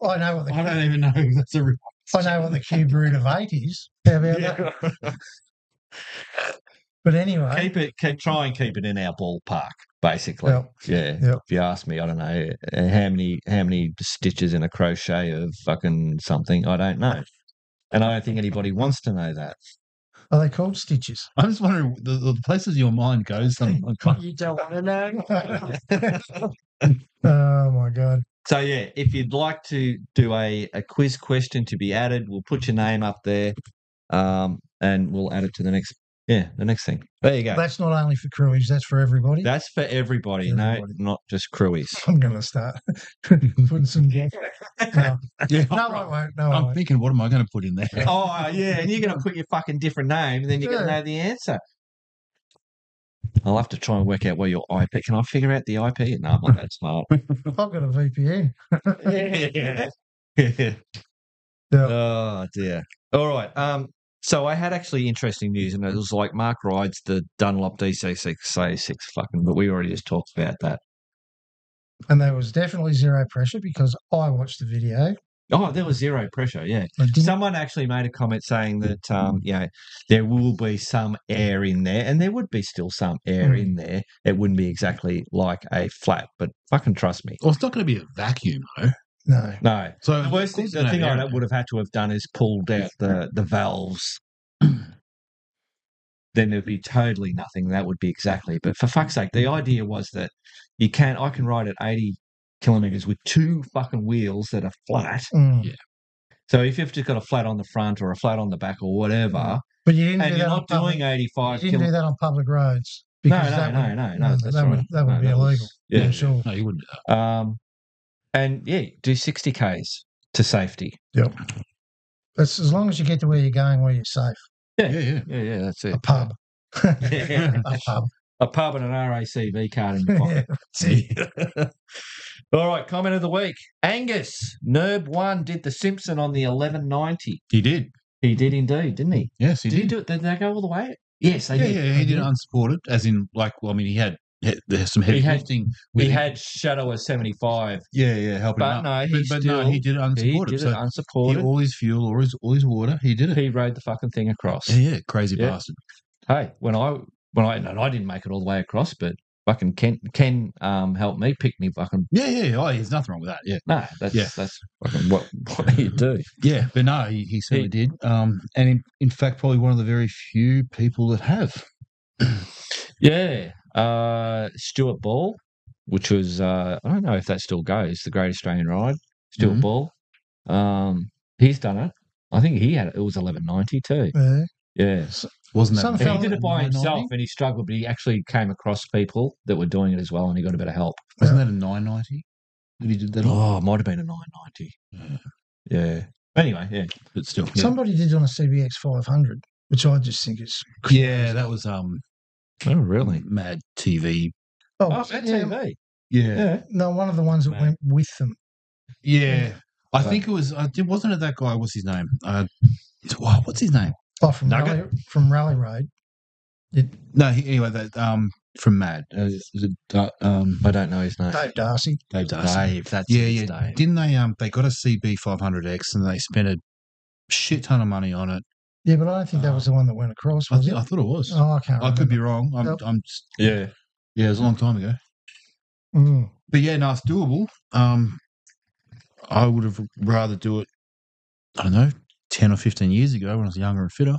I know what
[laughs]
the
I don't even know if that's a real
I know what the cube root of eight is. How about that? But anyway,
Keep it. Keep, try and keep it in our ballpark, basically.
well,
yeah.
yeah.
If you ask me, I don't know uh, how many how many stitches in a crochet of fucking something. I don't know, and I don't think anybody wants to know that.
are they
[laughs]
called stitches?
I'm just wondering the, the places your mind goes. I'm, I'm kind of-
You don't want to
[laughs]
know.
Oh my god!
So yeah, if you'd like to do a, a quiz question to be added, we'll put your name up there, um, and we'll add it to the next yeah the next thing. There you go.
That's not only for crewies. That's for everybody.
That's for everybody, no,
Everybody.
not just crewies.
I'm going to start [laughs] putting some. No, no,
yeah,
I won't. No, I
I'm
won't.
thinking, what am I going to put in there?
[laughs] oh yeah, and you're gonna put your fucking different name, and then you're gonna
Yeah.
know the answer. I'll have to try and work out where your IP. Can I figure out the IP? No, I'm not that smart. [laughs]
I've got a VPN.
yeah. yeah.
Yeah.
Oh dear. All right. Um. So I had actually interesting news, and it was like Mark rides the Dunlop DC6A6 fucking, but we already just talked about that.
and there was definitely zero pressure because I watched the video.
Oh, there was zero pressure. Yeah.
I didn't
Someone actually made a comment saying that, um, you know, there will be some air in there, and there would be still some air
Mm.
in there. It wouldn't be exactly like a flat, but fucking trust me.
Well, it's not going to be a vacuum, though.
no.
No.
So
The worst thing, the thing I would have had to have done is pulled out the, the valves. [clears throat] then there'd be totally nothing. That would be exactly. But for fuck's sake, the idea was that you can I can ride at eighty kilometers with two fucking wheels that are flat.
Mm.
So if you've just got a flat on the front or a flat on the back or whatever,
But you didn't do
and you're
that on
not
public,
doing 85
you didn't
kilometers.
do that on public roads
No, no,
because that
no,
would,
no, no,
no,
that's
that would-
right.
that would
No,
be
was-
illegal.
yeah.
yeah, sure.
No, you wouldn't do that.
Um, and yeah, do 60 Ks to safety.
That's as long as you get to where you're going, where you're safe.
Yeah.
Yeah, yeah.
Yeah, yeah, that's
A
it.
[laughs]
pub.
[laughs] Yeah.
a pub.
A pub and an RACV card in your pocket.
[laughs] yeah. See?
[laughs] All right, comment of the week. Angus, Nerb One did the Simpson on the 1190.
He did.
He did indeed, didn't he?
Yes, he
did
did.
he do it? Did they go all the way? Yes, they
yeah,
did.
yeah,
They
he did unsupported, as in like. Well, I mean, he had he- there's some heavy
had-
lifting.
He
with him.
had Shadow of 75.
yeah, yeah, helping
But
him
no,
up.
he
but, but no,
still-
he did it
He
unsupported.
did it
so he,
unsupported.
all his fuel, all his all his water, he did it.
He rode the fucking thing across.
yeah, yeah, crazy
Yeah.
bastard.
Hey, when I when I and I didn't make it all the way across, but fucking Ken Ken um helped me pick me fucking
Yeah, yeah, yeah. Oh, there's nothing wrong with that. Yeah,
no, that's
Yeah.
that's fucking what [laughs] what you do.
yeah. But no, he, he certainly did. Um, and in, in fact, probably one of the very few people that have.
Yeah. Uh, Stuart Ball, which was, uh, I don't know if that still goes, the Great Australian Ride. Stuart
Mhm.
Ball. Um, he's done it. I think he had it. It was 1190 too.
Yeah.
Yeah.
Wasn't that
Some
And
bad.
he did it by
990?
himself and he struggled, but he actually came across people that were doing it as well and he got a bit of help.
Wasn't that a nine ninety? That he did that. on?
Oh, it might have been a 990.
Yeah.
Yeah. Anyway, yeah.
But still, yeah.
Somebody did on a CBX 500, which I just think is.
yeah, that was um
Oh, really?
mad TV.
Oh, that's
yeah.
TV.
Yeah,
Yeah.
No, one of the ones that
Mate.
went with them.
Yeah. I
So-
think it was. I did, wasn't it that guy? What's his name? Uh, it's, wow, what's his name?
Oh, from
Nugget?
Rally, from Rally Road.
No, he, anyway, that um from Mad. Uh, is it, uh, um,
I don't know his name.
Dave Darcy.
Dave
Dave, that's
Yeah,
his
yeah.
name.
Didn't they? Um, they got a CB 500X and they spent a shit ton of money on it.
Yeah, but I don't think that was the one that went across,
Oh. I,
was
th-
it?
I thought it was.
Oh, I can't.
I could be
remember.
wrong. I'm,
Nope.
I'm. just-
Yeah.
Yeah, it was a long time ago.
Mm.
But yeah, no, it's doable. Um, I would have rather do it. I don't know, ten or fifteen years ago when I was younger and fitter.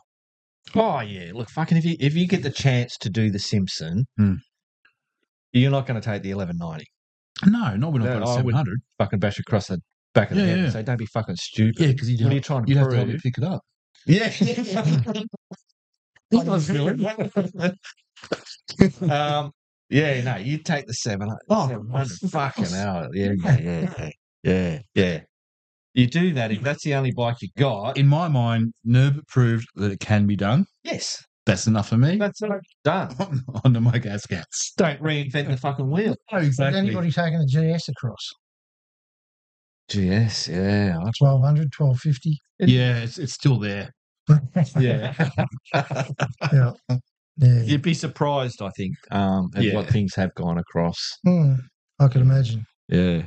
Oh yeah, look, fucking if you if you get the chance to do the Simpson,
Hmm.
you're not going to take the 1190.
No, not when I
No,
got a
I would-
seven hundred.
Fucking bash across the back of the
Yeah,
head.
yeah.
and Say, don't be fucking stupid.
Yeah, because you'd,
what are
have-
you trying to
you'd have to
prove?
help me pick it up.
[laughs] yeah. um, yeah, no, you take the seven hundred.
Oh,
fucking hell. Yeah, yeah, yeah, yeah, yeah, yeah. You do that if that's the only bike you got.
In my mind, Nerb proved that it can be done.
yes,
That's enough for me.
that's it. Done.
[laughs] On to my gas cats.
Don't reinvent the fucking wheel.
Had anybody taking the GS across?
Yes, yeah. I
1200, 1250.
Yeah, it's, it's still there.
Yeah.
[laughs]
[laughs]
yeah. Yeah.
You'd be surprised, I think, um, at what
Yeah.
things have gone across.
Mm. I could imagine.
Yeah.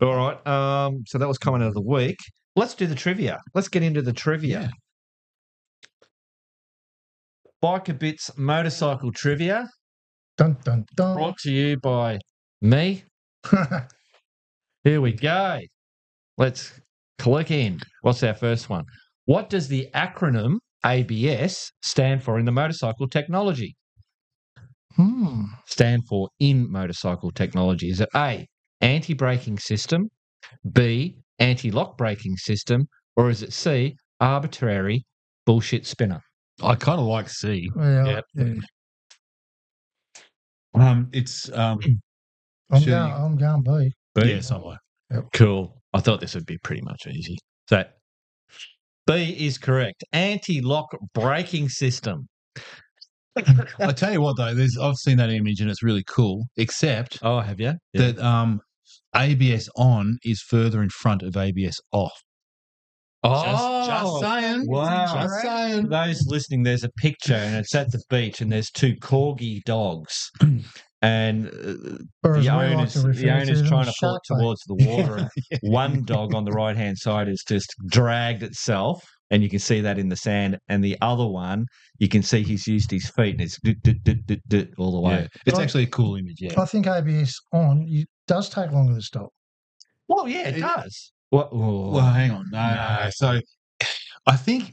All right. Um, so that was comment of the week. Let's do the trivia. Let's get into the trivia.
Yeah.
Biker Bits motorcycle trivia
Dun, dun, dun.
brought to you by me. Here we go. Let's click in. What's our first one? What does the acronym ABS stand for in the motorcycle technology?
[laughs] Hmm.
stand for in motorcycle technology? Is it A, anti braking system, B, anti lock braking system, or is it C, arbitrary bullshit spinner?
I kind of like C.
Well,
Yep.
yeah.
Um, it's
[clears throat]
um,
I'm,
Sure
going,
you-
I'm going B.
yeah, somewhere.
Cool. I thought this would be pretty much easy. So B is correct. Anti lock braking system.
I tell you what though, there's I've seen that image and it's really cool. Except
Oh, have you?
that um, ABS on is further in front of ABS off.
Oh,
just, just saying.
wow.
Just saying.
For those listening, there's a picture and it's at the beach, and there's two corgi [clears throat] dogs. And uh,
Or as
the
we like
owner's,
to refer
the
to
owner's
them,
trying to pull
shark
it
bait.
towards
[laughs]
the water. and One dog on the right hand side has just dragged itself, and you can see that in the sand. And the other one, you can see he's used his feet, and it's dut, dut, dut, dut, dut all the way.
Yeah, it's
I-
actually a cool image. Yeah.
I think ABS on you, does take longer to stop.
Well, yeah, it,
It-
does. What? oh,
Well, hang on. No, no,
No.
no. So I think,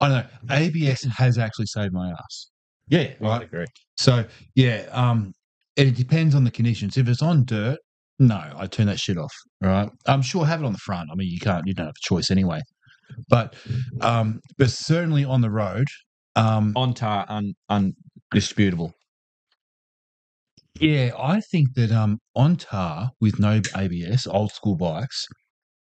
I don't know, ABS has actually saved my ass.
yeah, I
Right.
agree.
So, yeah, um, it depends on the conditions. If it's on dirt, No, I turn that shit off. All right. I'm sure have it on the front. I mean, you can't, you don't have a choice anyway. But, um, but certainly on the road, um,
On tar, un, undisputable.
yeah, I think that um, on tar with no ABS, old school bikes,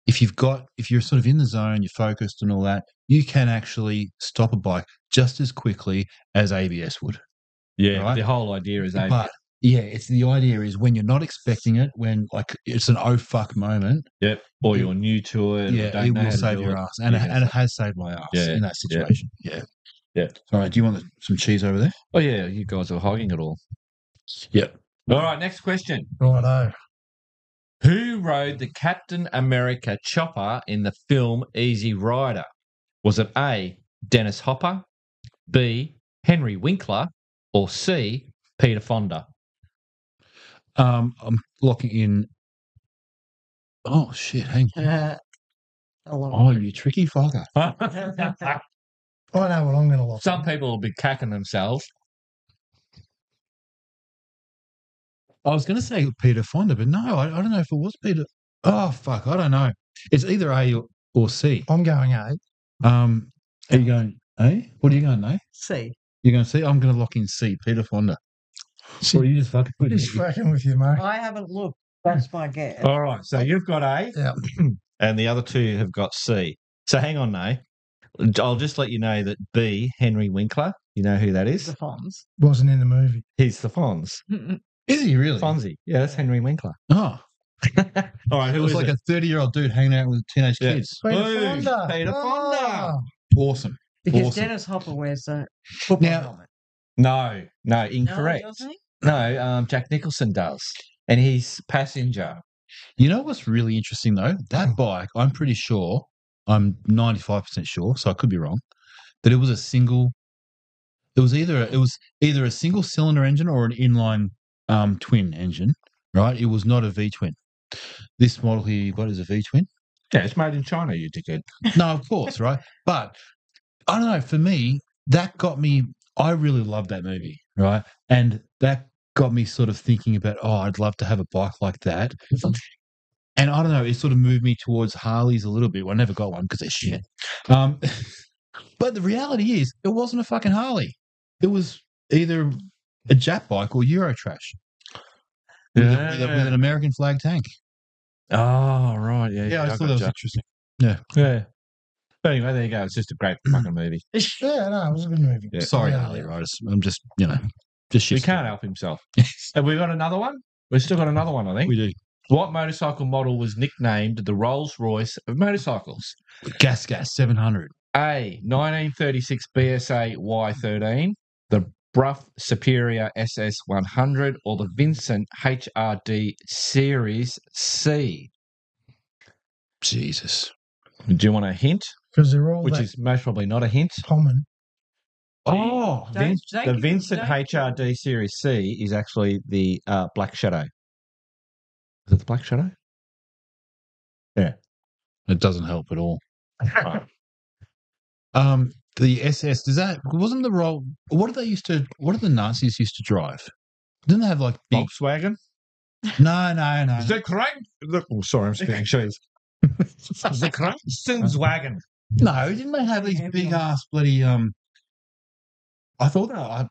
if you've got, if you're sort of in the zone, you're focused and all that, you can actually stop a bike just as quickly as ABS would.
Yeah,
Right.
the whole idea is ABS.
But yeah, it's the idea is when you're not expecting it, when like it's an oh fuck moment,
Yep. Or you're new to it. or
yeah,
don't
it
know how
will
to
save
do
your
it.
ass, and, it,
Yeah.
and it has saved my ass
Yeah,
in that
yeah.
situation. Yeah,
Yeah.
All right, do you want the- some cheese over there?
Oh yeah, you guys are hogging it all.
Yep.
All right, next question.
Righto.
Who rode the Captain America chopper in the film Easy Rider? Was it A. Dennis Hopper, B. Henry Winkler, or C. Peter [laughs] Fonda?
Um, I'm locking in. Oh shit! Hang. on.
Uh, hello.
Oh, you tricky fucker.
Oh.
I know what I'm going to lock.
Some people will be cacking themselves.
I was going to say Peter Fonda, but no, I, I don't know if it was Peter. Oh fuck, I don't know. It's either A or, or C.
I'm going A.
Um, are you going A? What are you going A?
[laughs] See,
You're going to C. I'm going to lock in C. Peter Fonda. Or you just fucking
[laughs]
with
Just
me?
fucking with you, mate.
I haven't looked. That's my guess.
All right, so you've got A.
Yeah.
[clears throat] and the other two have got C. So hang on, Nay. I'll just let you know that B, Henry Winkler, you know who that is?
The Fonz.
Wasn't in the movie.
He's the Fonz.
Is he really?
Fonzie. Yeah, that's Henry Winkler.
Oh,
All right,
it
who was
was like
it?
a 30 year old dude hanging out with teenage
Yeah.
kids.
Peter
Boom,
Fonda. Ah.
Peter Fonda.
Awesome.
Because
Awesome.
Dennis Hopper wears a football
Now-
helmet.
No, no,
No,
incorrect.
doesn't he?
No, um, Jack Nicholson does. And he's passenger.
You know what's really interesting though? That bike, I'm pretty sure, I'm 95% sure, so I could be wrong, that it was a single. It was either it was either a single cylinder engine or an inline um, twin engine, right? It was not a V twin. This model here you got is a V twin.
Yeah, it's made in China, you dickhead.
No, of course, right? But I don't know. For me, that got me. I really loved that movie, right? And that got me sort of thinking about, oh, I'd love to have a bike like that. And I don't know. It sort of moved me towards Harleys a little bit. Well, I never got one because they're shit. Um, [laughs] but the reality is, it wasn't a fucking Harley. It was either a Jap bike or Eurotrash with, a- with, a- with an American flag tank.
Oh, right. Yeah,
Yeah, I just thought that was
gotcha.
interesting.
Yeah. But anyway, there you go. It's just a [clears throat] great fucking movie.
[laughs] Yeah, no, it was a good movie.
Yeah.
Sorry,
Yeah.
Harley riders. I'm just, you know, just shit.
He can't help himself. [laughs] Have we got another one? We've still got another one, I think.
We do.
What motorcycle model was nicknamed the Rolls Royce of motorcycles?
Gas Gas 700.
A. 1936 BSA Y13, the Bruff Superior SS 100, or the Vincent HRD Series C?
Jesus.
Do you want a hint?
Because they're all
Which
that
is most probably not a hint.
common.
Oh,
Don't-
Vin-
don't
the
give-
Vincent
don't-
HRD Series C is actually the uh, Black Shadow. Is it the Black Shadow?
It doesn't help at all. [laughs] Um, the SS, does that, wasn't the role, what did they used to, what did the Nazis used to drive? Didn't they have like
Oh.
big,
Volkswagen.
no, no, no.
Is that correct? The- oh, sorry, I'm [laughs] speaking cheese. Is that correct? Sinswagen.
No, didn't they have these big ass bloody, um, I thought that, I,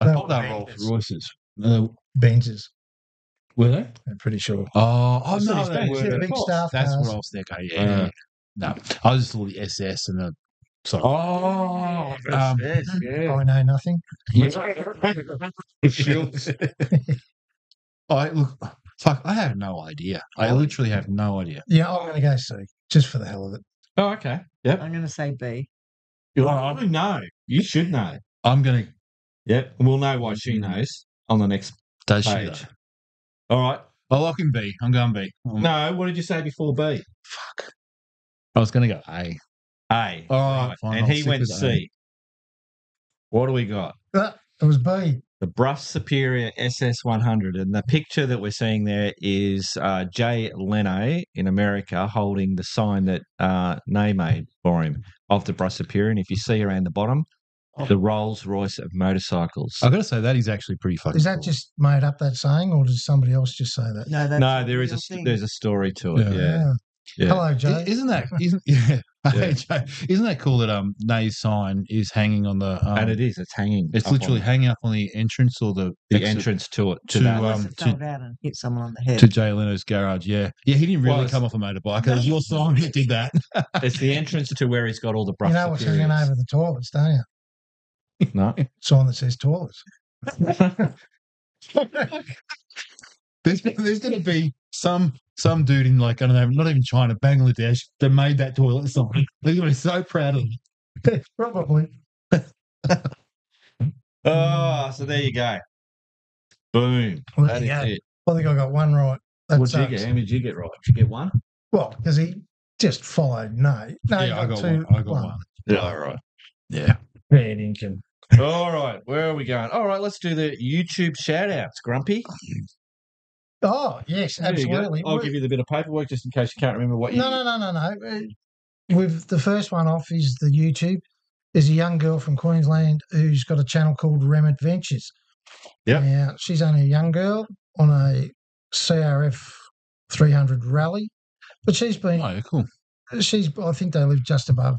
I
They
thought
were
they were Rolls
Benzes.
Royces. Uh,
Benzes,
were they?
I'm pretty sure.
Oh, oh
That's
no,
what
they
he's
were.
saying.
Yeah, big
Of course.
staff
That's
cars.
what I was thinking. Yeah. yeah, yeah. Uh, No, I just saw the SS and the, sorry.
Oh,
Um,
yes, yeah.
I know nothing.
I look, fuck, I have no idea. I literally have no idea.
Yeah, I'm going to go see just for the hell of it.
Oh, okay. Yep.
I'm going to say B.
You probably know. You should know.
I'm gonna
Yep. And we'll know why she knows on the next
does she?
page. All right.
Oh, I like him B. I'm going B. Um,
No, what did you say before B?
I was gonna go A.
A.
All right, fine,
And
I'll
he
stick
went
with A.
C. What do we got?
Ah, it was B.
The Bruff Superior SS 100. And the picture that we're seeing there is uh, Jay Leno in America holding the sign that uh, Ney made for him of the Bruff Superior. And if you see around the bottom, The Rolls Royce of motorcycles.
I gotta say that is actually pretty fucking.
Is that
cool.
just made up that saying, or does somebody else just say that?
No, that's
No, there is a st-
thing.
there's a story to it.
Yeah.
Yeah, yeah.
Hello, Joe.
I- Isn't
[laughs]
that isn't yeah, [laughs] Hey, Jay, isn't that cool that um Nay's sign is hanging on the um,
and it is. It's hanging.
it's
up on
literally hanging up on the entrance or the
the
exit
entrance to it. To,
to,
that.
um,
Unless it fell down and hit someone on the head.
to Jay Leno's garage. Yeah, yeah, he didn't
Well,
really
it's-
come off a motorbike.
No.
It was your sign who did that.
it's
[laughs]
the entrance to where he's got all the
you
brushes.
know what's hanging over the toilets, don't you?
No,
Sign that says toilets. [laughs]
There's, there's going to be some some dude in like I don't know, not even China, Bangladesh, that made that toilet sign. They're going to be so proud of. Them.
Probably.
Oh, so there you go. Boom.
Well,
That
there
is
you go.
it.
I think I got one right. That
What did you
sucks.
get? How many did you get right? Did you get one?
Well, because he just followed no. No, he
yeah, I got
two,
one. I got one.
Yeah, all right.
Yeah.
Fair dinkum.
All right, where are we going? All right, let's do the YouTube shout outs, Grumpy.
Oh, yes,
There you go.
absolutely.
I'll
We-
give you the bit of paperwork just in case you can't remember what you
No, no, no, no, no. Uh, With the first one off is the YouTube. There's a young girl from Queensland who's got a channel called Rem Adventures.
Yep.
Now, she's only a young girl on a CRF 300 rally, but she's been,
Oh, cool.
she's, I think they live just above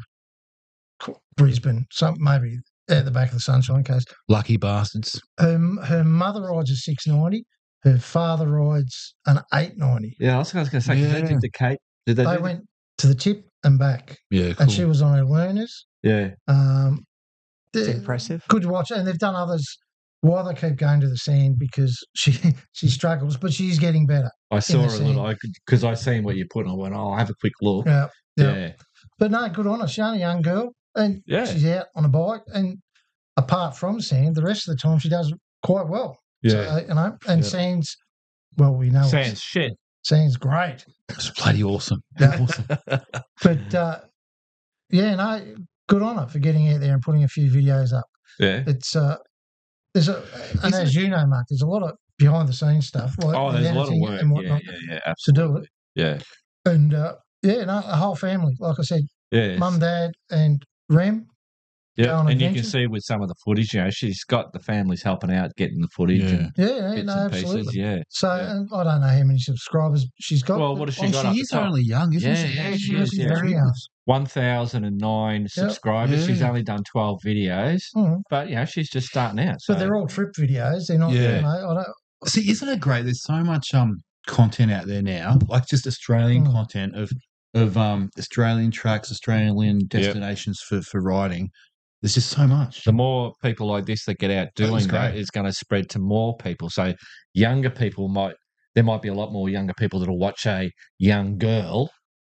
Qu- Brisbane, some maybe at the back of the Sunshine Coast.
Lucky bastards.
Her, her mother rides a 690, her father rides an 890.
Yeah, I was going to say, 'cause they
Yeah.
did the Cape. Did they?
They
do the-
went to the tip and back,
Yeah,
and she was on her learners.
yeah.
Um,
It's
the-
impressive.
Good watch, and they've done others. Why they keep going to the sand because she [laughs] she struggles, but she's getting better.
I saw a
scene.
little, because I seen what you put, and I went, oh, I'll have a quick look.
Yeah,
Yeah.
but no, good on her. She's only a young girl, and
Yeah.
she's out on a bike. And apart from sand, the rest of the time she does quite well.
Yeah.
So, uh, you know, and
Yeah.
sand's well, we know it's-
Sans shit.
sand's great,
It's bloody awesome.
Yeah.
awesome.
but uh, yeah, no, good on her for getting out there and putting a few videos up.
Yeah.
It's uh, there's a
Isn't
and as you know, Mark, there's a lot of behind the scenes stuff. like
Oh,
the
there's a lot of
editing
work.
and
Yeah,
whatnot
yeah, yeah.
to
Absolutely.
do it.
Yeah.
And uh, yeah, no, the whole family, like I said,
Yeah.
mum, dad, and Rem. go
Yeah,
on
and you can
adventure.
see with some of the footage, you know, she's got the families helping out, getting the footage
Yeah.
and
Yeah, yeah,
bits
no,
and pieces.
absolutely.
Yeah.
So
yeah.
and I don't know how many subscribers she's got.
Well,
but- oh,
what has she
And
got up
Oh, she
the
is
top?
only young, isn't
Yeah,
she?
yeah, she
is, yeah.
very
Yeah.
young.
1,009 subscribers. She's
Yeah.
only done 12 videos,
Mm.
but, you know, she's just starting out. So
But they're all trip videos. They're not.
Yeah.
You know, I don't,
See, isn't it great? There's so much um content out there now, like just Australian
Hmm.
Mm.
content of of um Australian tracks, Australian destinations for for riding. There's just so much.
the more people like this that get out
That was
doing that
great.
is going to spread to more people. So younger people might, there might be a lot more younger people that'll watch a young girl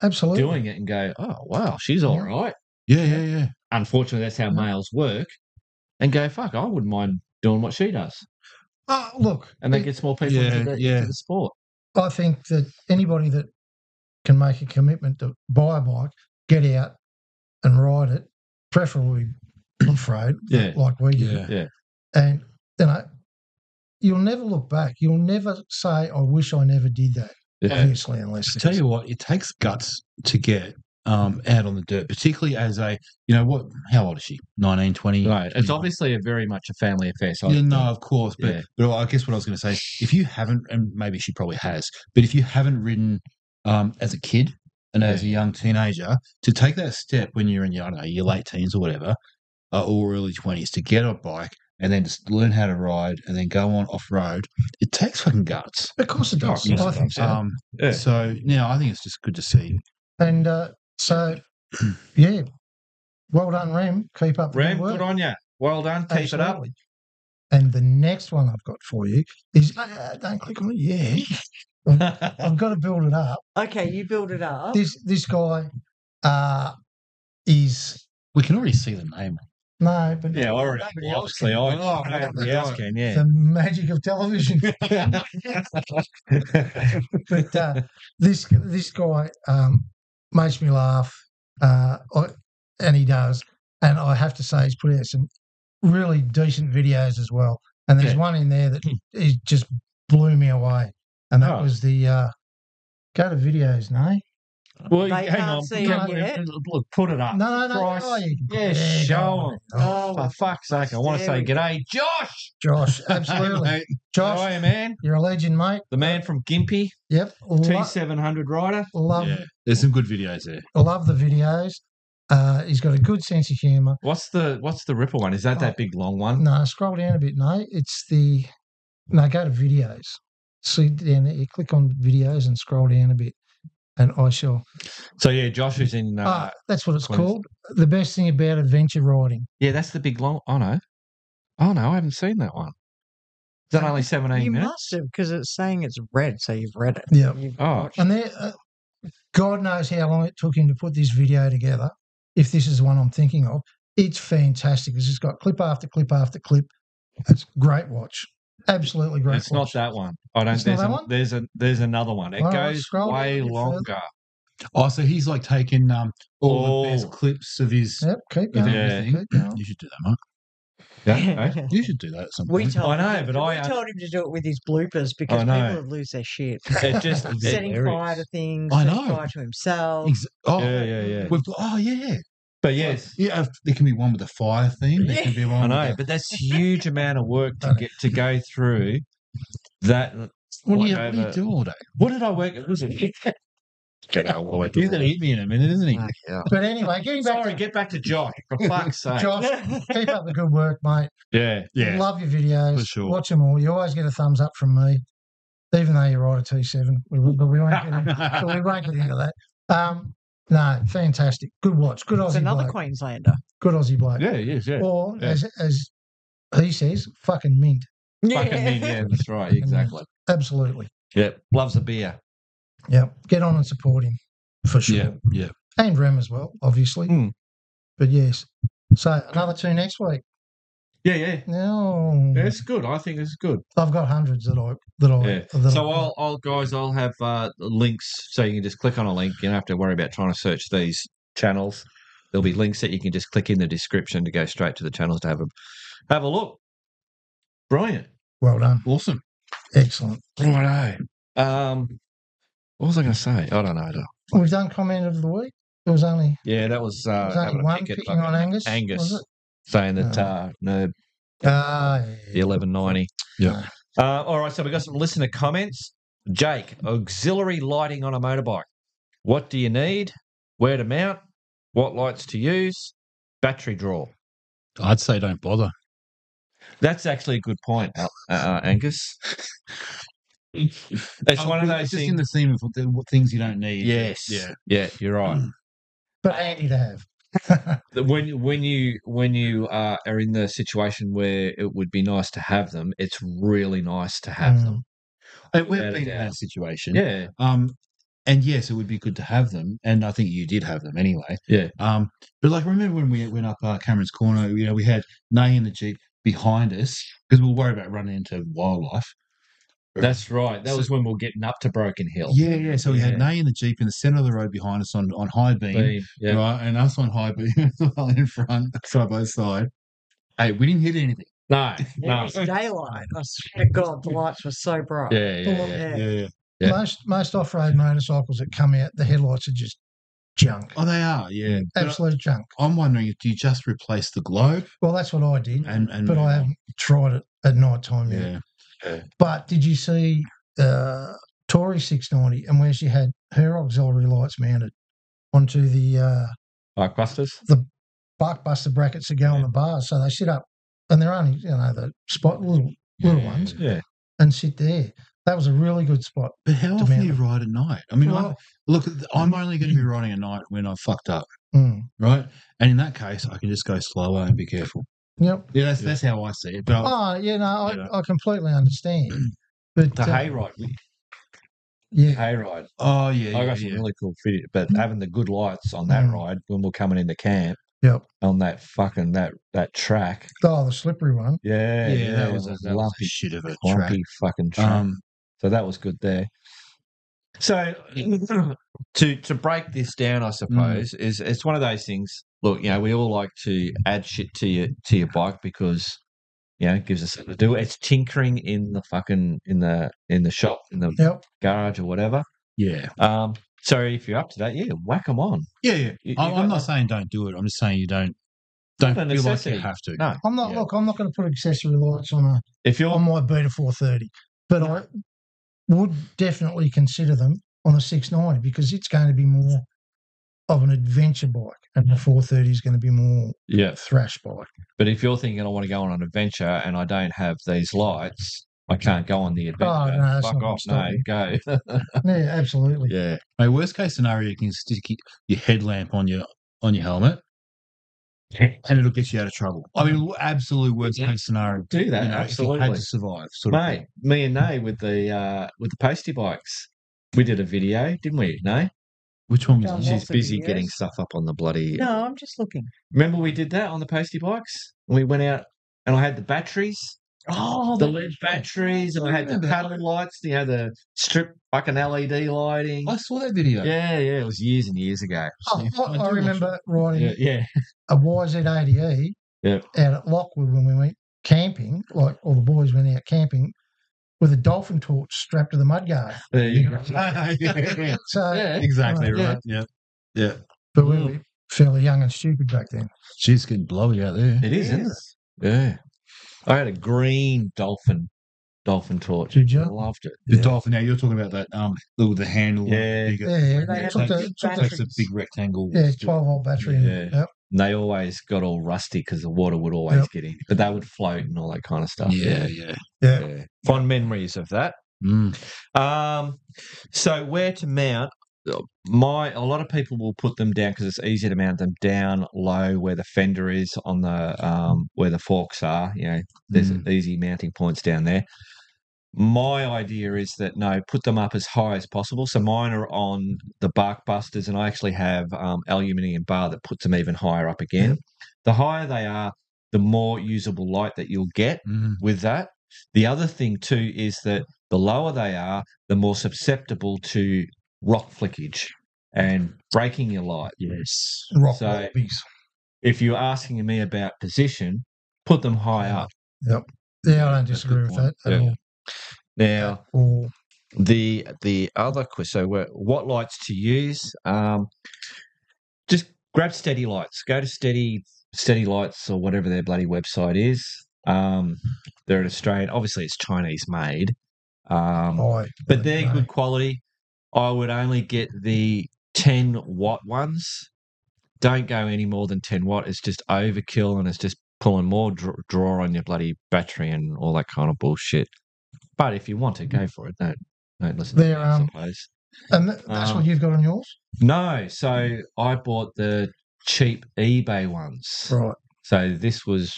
absolutely.
doing it and go, oh, wow, she's all right.
Yeah, yeah, yeah.
Unfortunately, that's how
Yeah.
males work and go, fuck, I wouldn't mind doing what she does.
Oh, look,
And that
it-
gets more people
Yeah,
into, the,
yeah.
into the sport.
I think that anybody that can make a commitment to buy a bike, get out and ride it, preferably off road,
Yeah.
like we do.
Yeah.
Yeah.
And you know, you'll never look back. You'll never say, "I wish I never did that."
Yeah.
Obviously, unless
I tell you what, it takes guts to get um out on the dirt, particularly as a you know what how old is she? 19, 20?
Right. It's
21?
obviously a very much a family affair. So I
Mm. Yeah,
think-
no, of course, but
Yeah.
but I guess what I was going to say, if you haven't, and maybe she probably has, but if you haven't ridden um, as a kid and as a young teenager, to take that step when you're in your I don't know your late teens or whatever, uh, or early twenties, to get a bike and then just learn how to ride and then go on off road, it takes fucking guts.
of course it does.
Yeah.
I think so.
Um,
Yeah.
So now I think it's just good to see.
and uh,
[clears throat]
so, yeah, well done, Rem. Keep up the
Ram,
good work.
good on you. Well done. Keep it up.
Absolutely. And the next one I've got for you is uh, don't click on it. Yeah,
[laughs]
I've got to build it up.
Okay, you build it up.
This this guy uh, is
We can already see the name.
no, but
Yeah, I already.
Nobody
Well,
else
obviously, I.
can.
Oh,
Oh,
nobody
right.
else can,
[laughs]
yeah. [laughs]
the magic of television. but uh, this this guy um, makes me laugh, uh, I, and he does. And I have to say, he's put out some really decent videos as well. And there's
Yeah. Hmm.
one in there that it just blew me away, and that
Oh.
was the uh, go to videos, no,
Well, hang
They can't
on.
see
Can
it
we-
yet.
Look, put it up.
No, no, no.
Uh, Christ.
Oh, you can put
Yeah,
it there,
show 'em.
go on.
Oh,
For fuck's sake, I want to
There
say
we go.
g'day, Josh. [laughs]
Josh,
Hey,
absolutely.
mate. How are
Josh,
you, man?
you're a legend, mate.
The man from Gimpy,
Yep. Lo-
T700 rider.
love,
yeah, Um, there's some good videos there.
love the videos. Uh, he's got a good sense of humour.
What's the What's the Ripper one? Is that that big long one?
No, scroll down a bit. No, it's the no. Go to videos. See down there. You click on videos and scroll down a bit, and I shall.
So yeah, Josh is in. Uh,
ah, that's what it's
what is it?
called. The best thing about adventure riding.
yeah, that's the big long. Oh no, oh no, I haven't seen that one. Is that only seventeen
You
minutes?
must have, because it's saying it's red, so you've read it.
Yeah.
You've
Oh.
watched
And there, uh, God knows how long it took him to put this video together. If this is the one I'm thinking of, it's fantastic. It's just got clip after clip after clip. It's great watch. Absolutely great.
It's not
watch.
that one. I don't.
It's not
There's
that
a,
one?
there's a there's another one. It
All right,
goes
scroll down
way
a
[laughs]
bit
longer.
Oh, so he's like taking um all the
Oh.
best clips of his.
Yep. Keep
Of
going.
everything. [clears throat]
Keep going.
You should do that, Mark.
Yeah. okay. Mm-hmm.
Yeah.
You should do that at some
[laughs] We
point.
told
I know,
him,
but
we
I un-
told him to do it with his bloopers because people
know.
would lose
[laughs]
their shit.
It
[laughs]
just it-
Setting fire
hilarious.
to things,
I
setting
know.
fire to himself. [laughs]
Ex- oh,
Yeah, yeah, yeah.
We've got, oh yeah,
But yes,
yeah. if- There can be one with a fire theme. There can be
I
one.
know.
With
But that's huge amount of work to get to go through. That
a, what, do you,
like
what do you
over-
do all day?
What did I work? Was it? Get out, boy.
He's gonna hit me in a minute,
[laughs]
isn't he?
But anyway, getting back
Sorry, get back to Josh for [laughs] fuck's
to
sake.
Josh, keep up the good work, mate.
[laughs] Yeah,
Yeah,
Love your videos.
For sure.
Watch them all. You always get a thumbs up from me, even though you ride a T7. We, will- but we
[laughs]
won't
[laughs]
get into, but we won't get into that. Um, no, fantastic. Good watch. Good
It's
Aussie
another
bloke.
Queenslander.
Good Aussie bloke.
yeah, yes,
[laughs]
yeah.
Or
yeah.
as as he says, fucking mint.
[laughs]
[laughs]
Fucking mean, yeah, that's right,
Fucking
exactly.
Absolutely.
Yep, loves a beer.
Yeah. Get on and support him for sure. Hmm.
yeah, yeah.
And Rem as well, obviously.
Mm.
But yes. So another two next week.
Yeah, yeah.
No.
Yeah, it's good. I think it's good.
I've got hundreds that I that I
Yeah.
that
So
I-
I'll, I'll guys, I'll have uh, links so you can just click on a link. You don't have to worry about trying to search these channels. There'll be links that you can just click in the description to go straight to the channels to have a have a look. Brilliant.
well done.
Awesome.
Excellent.
Righto. Um, what was I going to say? I don't know.
We've done comment of the week. There was only
Yeah, that was, uh,
there was only
having a
one
pick at
picking on
fucking
Angus.
Angus
Was
saying that
Oh.
uh, no,
it? Ah, yeah.
the 1190.
Yeah.
Uh, all right, so we got some listener comments. Jake, auxiliary lighting on a motorbike. What do you need? Where to mount? What lights to use? Battery draw.
I'd say don't bother.
That's actually a good point, Al- uh, uh,
[laughs]
Angus. It's one
one
of those
Oh, just
things.
in the theme of what, the, what things you don't need.
yes.
Yeah. Mm.
Yeah, you're right.
But handy to have. [laughs]
that when when you when you uh, are in the situation where it would be nice to have them, it's really nice to
Mm.
have them.
Uh, We've
Without a
been in
doubt.
that situation.
Yeah,
Um, and yes, it would be good to have them, and I think you did have them anyway.
Yeah.
Um, but like, remember when we went up uh, Cameron's Corner? You know, we had Nay in the jeep behind us because we were worried about running into wildlife.
that's right. That
So-
was when we were getting up to Broken Hill.
Yeah, yeah. So we
Yeah.
had Nay in the jeep in the center of the road behind us on on high beam,
Been- yeah.
right, and us on high beam [laughs] as well in front, side by side. Hey, we didn't hit anything.
No, [laughs]
It
no.
was daylight. I
[laughs]
swear to God, the lights were so bright.
Yeah, yeah, yeah.
Yeah.
yeah.
Yeah.
Most most off road motorcycles that come out, the headlights are just junk.
Oh, they are. Yeah. But
Absolute junk.
I'm wondering if do you just replace the globe
Well that's what I did.
and and
but I haven't tried it at night time yet.
yeah.
But did you see uh, Tory 690 and where she had her auxiliary lights mounted onto the uh,
Like busters.
bark buster brackets that go on the bars? So they sit up and they're only, you know, the spot little little
Yeah.
ones
Yeah,
and sit there. That was a really good spot.
But how often do you ride at night? I mean,
Well-
I, look, I'm
um,
only going to be
mm.
riding at night when I've fucked up,
Mm.
right? And in that case, I can just go slower and be careful.
Yep.
Yeah, that's that's how I see it. But I,
Oh, you know, I,
Yeah.
I completely understand. But
the
uh,
hayride.
yeah,
Hayride.
oh yeah,
I
yeah,
got some
yeah.
really cool video, but having the good lights on that
Mm.
ride when we're coming into camp
yep.
on that fucking that that track.
Oh, the slippery one.
Yeah,
yeah, that was
a
a, that was a
lumpy,
shit of a track.
lumpy fucking track.
Um,
So that was good there. So [clears throat] to to break this down,
Mm.
I suppose is it's one of those things. Look, you know, we all like to add shit to your to your bike because you know it gives us something to do. It's tinkering in the fucking in the in the shop in the
Yep.
garage or whatever.
yeah,
Um, So if you're up to that, yeah, whack them on.
Yeah, yeah.
You- you
I,
got
I'm not
like-
saying don't do it. I'm just saying you don't don't
Not a
feel like you
necessity.
have to.
No,
I'm not
Yeah.
look. I'm not going to put accessory lights on a
if you're
on my Beta 430, but I would definitely consider them on a 690 because it's going to be more of an adventure bike, and the 430 is going to be more
yeah,
thrash
[laughs]
bike.
but if you're thinking I want to go on an adventure and I don't have these lights, I can't go on the adventure.
Oh, no, that's
Fuck
not
off,
gonna
no, go.
Yeah, absolutely.
yeah,
My worst case scenario, you can stick y- your headlamp on your on your helmet,
[laughs]
and it'll get you out of trouble. I mean, absolute worst
Mm. Yeah.
case scenario.
do that
you know, If you had
absolutely.
to survive, sort of.
Mate, me and Nay with the uh with the posty bikes. We did a video, didn't we? No,
Which one was
Don't
that?
Lots
she's
of
busy
videos.
getting stuff up on the bloody.
No, I'm just looking.
Remember we did that on the posty bikes. We went out and I had the batteries,
Oh,
the
that-
lead batteries, and I had the
remember that.
paddle lights. You know the strip fucking LED E lighting.
I saw that video.
Yeah, yeah, it was years and years ago.
Oh,
Yeah, I
I, I
do
remember riding
Yeah, yeah.
a YZ80E
Yeah.
out at Lockwood when we went camping, like all the boys went out camping with a dolphin torch strapped to the mudguard.
There you
[laughs]
go.
[laughs] Yeah,
So,
Yeah.
exactly
Yeah.
right. Yeah, yeah.
but
Mm.
we were fairly young and stupid back then.
She's getting blowy out there.
It is, isn't it? Yeah. I had a green dolphin dolphin torch.
Did ya?
I loved it.
The
Yeah.
dolphin. Now you're talking about that um, the, the handle.
Yeah.
bigger-
Yeah, yeah.
They had
Took
the
the,
big
took the,
Takes a big rectangle.
yeah, 12 volt battery.
Yeah.
Yeah. Yep.
And they always got all rusty because the water would always
Yep.
get in, but they would float and all that kind of stuff.
Yeah, yeah.
Yeah.
Yeah. Fond memories of that.
Mm.
Um, so where to mount? My a lot of people will put them down because it's easy to mount them down low where the fender is on the um, where the forks are. You know, there's
Mm.
easy mounting points down there. My idea is that no, put them up as high as possible. So mine are on the bark busters, and I actually have um, aluminium bar that puts them even higher up again.
Mm.
The higher they are, the more usable light that you'll get
Mm.
with that. The other thing too is that the lower they are, the more susceptible to rock flickage and breaking your light.
Yes.
Rock
So-
lobbies.
If you're asking me about position, put them high
Mm.
up.
Yeah, I don't
That's a good
disagree with
point.
that at
Yeah.
all.
Now,
Or
the the other question so wh- what lights to use um just grab steady lights go to steady steady lights or whatever their bloody website is um they're an australian obviously it's chinese made um
high.
but they're
No.
good quality i would only get the 10 watt ones don't go any more than 10 watt it's just overkill and it's just pulling more dr- draw on your bloody battery and all that kind of bullshit but if you want to go for it don't don't listen
Mm-hmm. They're,
to me,
um,
I suppose.
And th- that's
Um,
what you've got on yours?
no so i bought the cheap ebay ones
Right.
so this was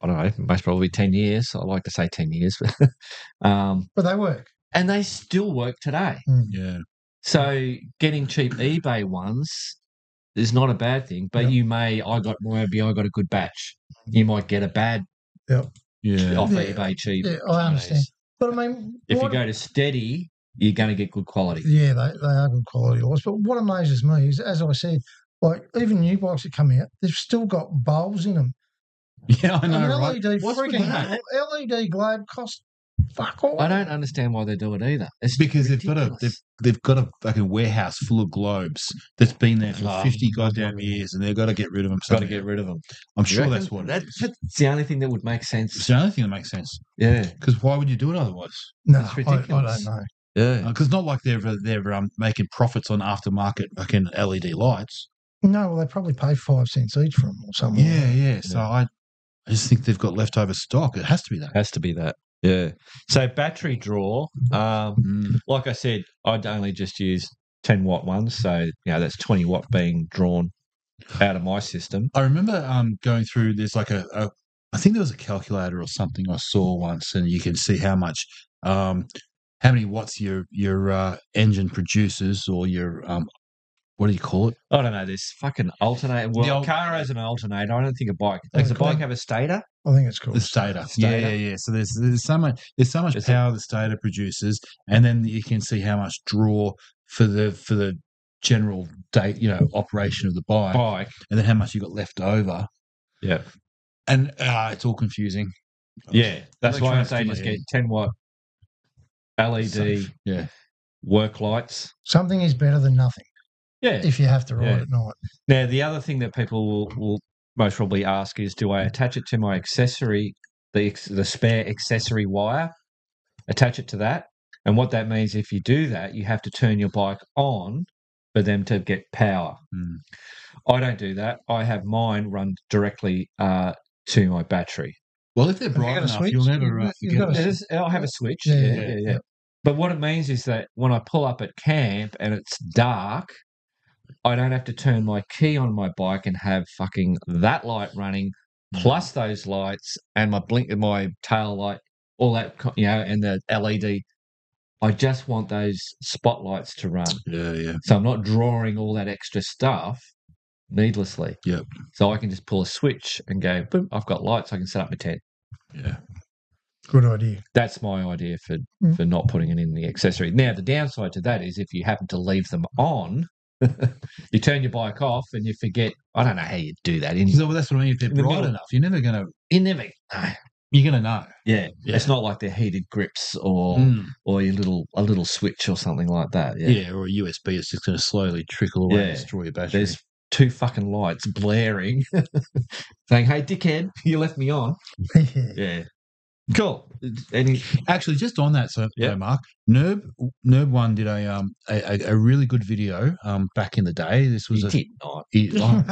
i don't know most probably 10 years i like to say 10 years but [laughs] um
But they work.
and they still work today
Yeah.
so getting cheap eBay ones is not a bad thing, but
Yep.
you may I got maybe I got a good batch. You might get a bad
[laughs] Yeah.
off
Yeah.
eBay cheap.
Yeah, I understand.
nowadays.
But I mean,
If you
what-
go to steady, you're going to get good quality.
Yeah, they, they are good quality lights. But what amazes me is, as I said, like even new bikes that come out, they've still got bulbs in them.
Yeah, I
And E
know, right?
LED
What's with
freaking
that?
LED E globe cost fuck all.
I don't understand why they do it either. It's
Because they've got a
ridiculous.
they've, they've got a fucking warehouse full of globes that's been there for
Oh.
fifty goddamn years, and they've got to get rid of them.
got to get rid of them.
I'm
You
sure that's
reckon?
what it
That-
is.
that's the only thing that would make
It's
sense.
the only thing that makes sense.
Yeah,
Because why would you do it otherwise?
no,
it's
I-
ridiculous.
I, don't know.
yeah.
Because Uh, not like they're they're um, making profits on aftermarket fucking LED lights.
No, well, they probably pay five cents each for them or something.
Yeah, yeah. So I, I just think they've got leftover stock. It has to be that.
Has to be that. Yeah. So battery draw. Um,
Mm.
like I said, I'd only just use 10 watt ones. So, you know, that's 20 watt being drawn out of my system.
I remember um, going through. There's like a, a, I think there was a calculator or something I saw once, and you can see how much, um, how many watts your your uh, engine produces or your um, what do you call it?
I don't know. There's fucking alternate. Well,
The old- Oh,
car has an alternator. I don't think a bike. Does a
Okay.
bike have a stator?
I think it's cool.
The stator.
Stator.
Yeah, yeah, yeah. So there's there's so much there's so much
Is it-
power the stator produces, and then you can see how much draw for the for the general day you know operation of the bike,
Bike.
and then how much you got left over.
Yeah.
And uh, it's all confusing.
Yeah. That's why I
Electronics
say
to my
just
head. E
get 10 watt LED
So- yeah.
E work lights.
Something is better than nothing
Yeah.
if you have to ride
Yeah.
at night.
Now, the other thing that people will, will most probably ask is, do I attach it to my accessory, the ex- the spare accessory wire, attach it to that? And what that means, if you do that, you have to turn your bike on for them to get power.
Mm.
I don't do that. I have mine run directly uh, to my battery.
Well, if they're
Have you
bright
got a
enough,
switch?
you'll never
You've
uh,
got- you've
forget
got a
it.
It is, oh, I have a switch.
Yeah,
Yeah yeah,
yeah,
yeah,
yeah.
But what it means is that when I pull up at camp and it's dark, I don't have to turn my key on my bike and have fucking that light running, plus those lights and my blink and my tail light, all that, co- you know, and the LED. I just want those spotlights to run.
Yeah, yeah.
So I'm not drawing all that extra stuff needlessly.
Yep.
So I can just pull a switch and go, boom, I've got lights. I can set up my tent.
Yeah.
Good idea. [laughs]
That's my idea for
Mm.
for not putting it in the accessory. Now the downside to that is if you happen to leave them on, [laughs] you turn your bike off and you forget. I don't know how you do that. In,
So that's what I mean. If they're
In the
bright
middle.
enough, you're never gonna
you never. Yeah,
you're gonna know. Yeah.
it's not like they're heated grips or
Mm.
or your little a little switch or something like that. Yeah,
Yeah. or a USB is just gonna slowly trickle away and
Yeah.
destroy your battery.
there's two fucking lights blaring, [laughs] saying, "Hey, dickhead, [laughs] you left me on." Yeah, cool. Any
Actually, just on that, so
Yeah.
so, Mark Nerb Nerb One did a um a, a, a really good video um back in the day. This was a
Dick night.
he-
[laughs]
oh,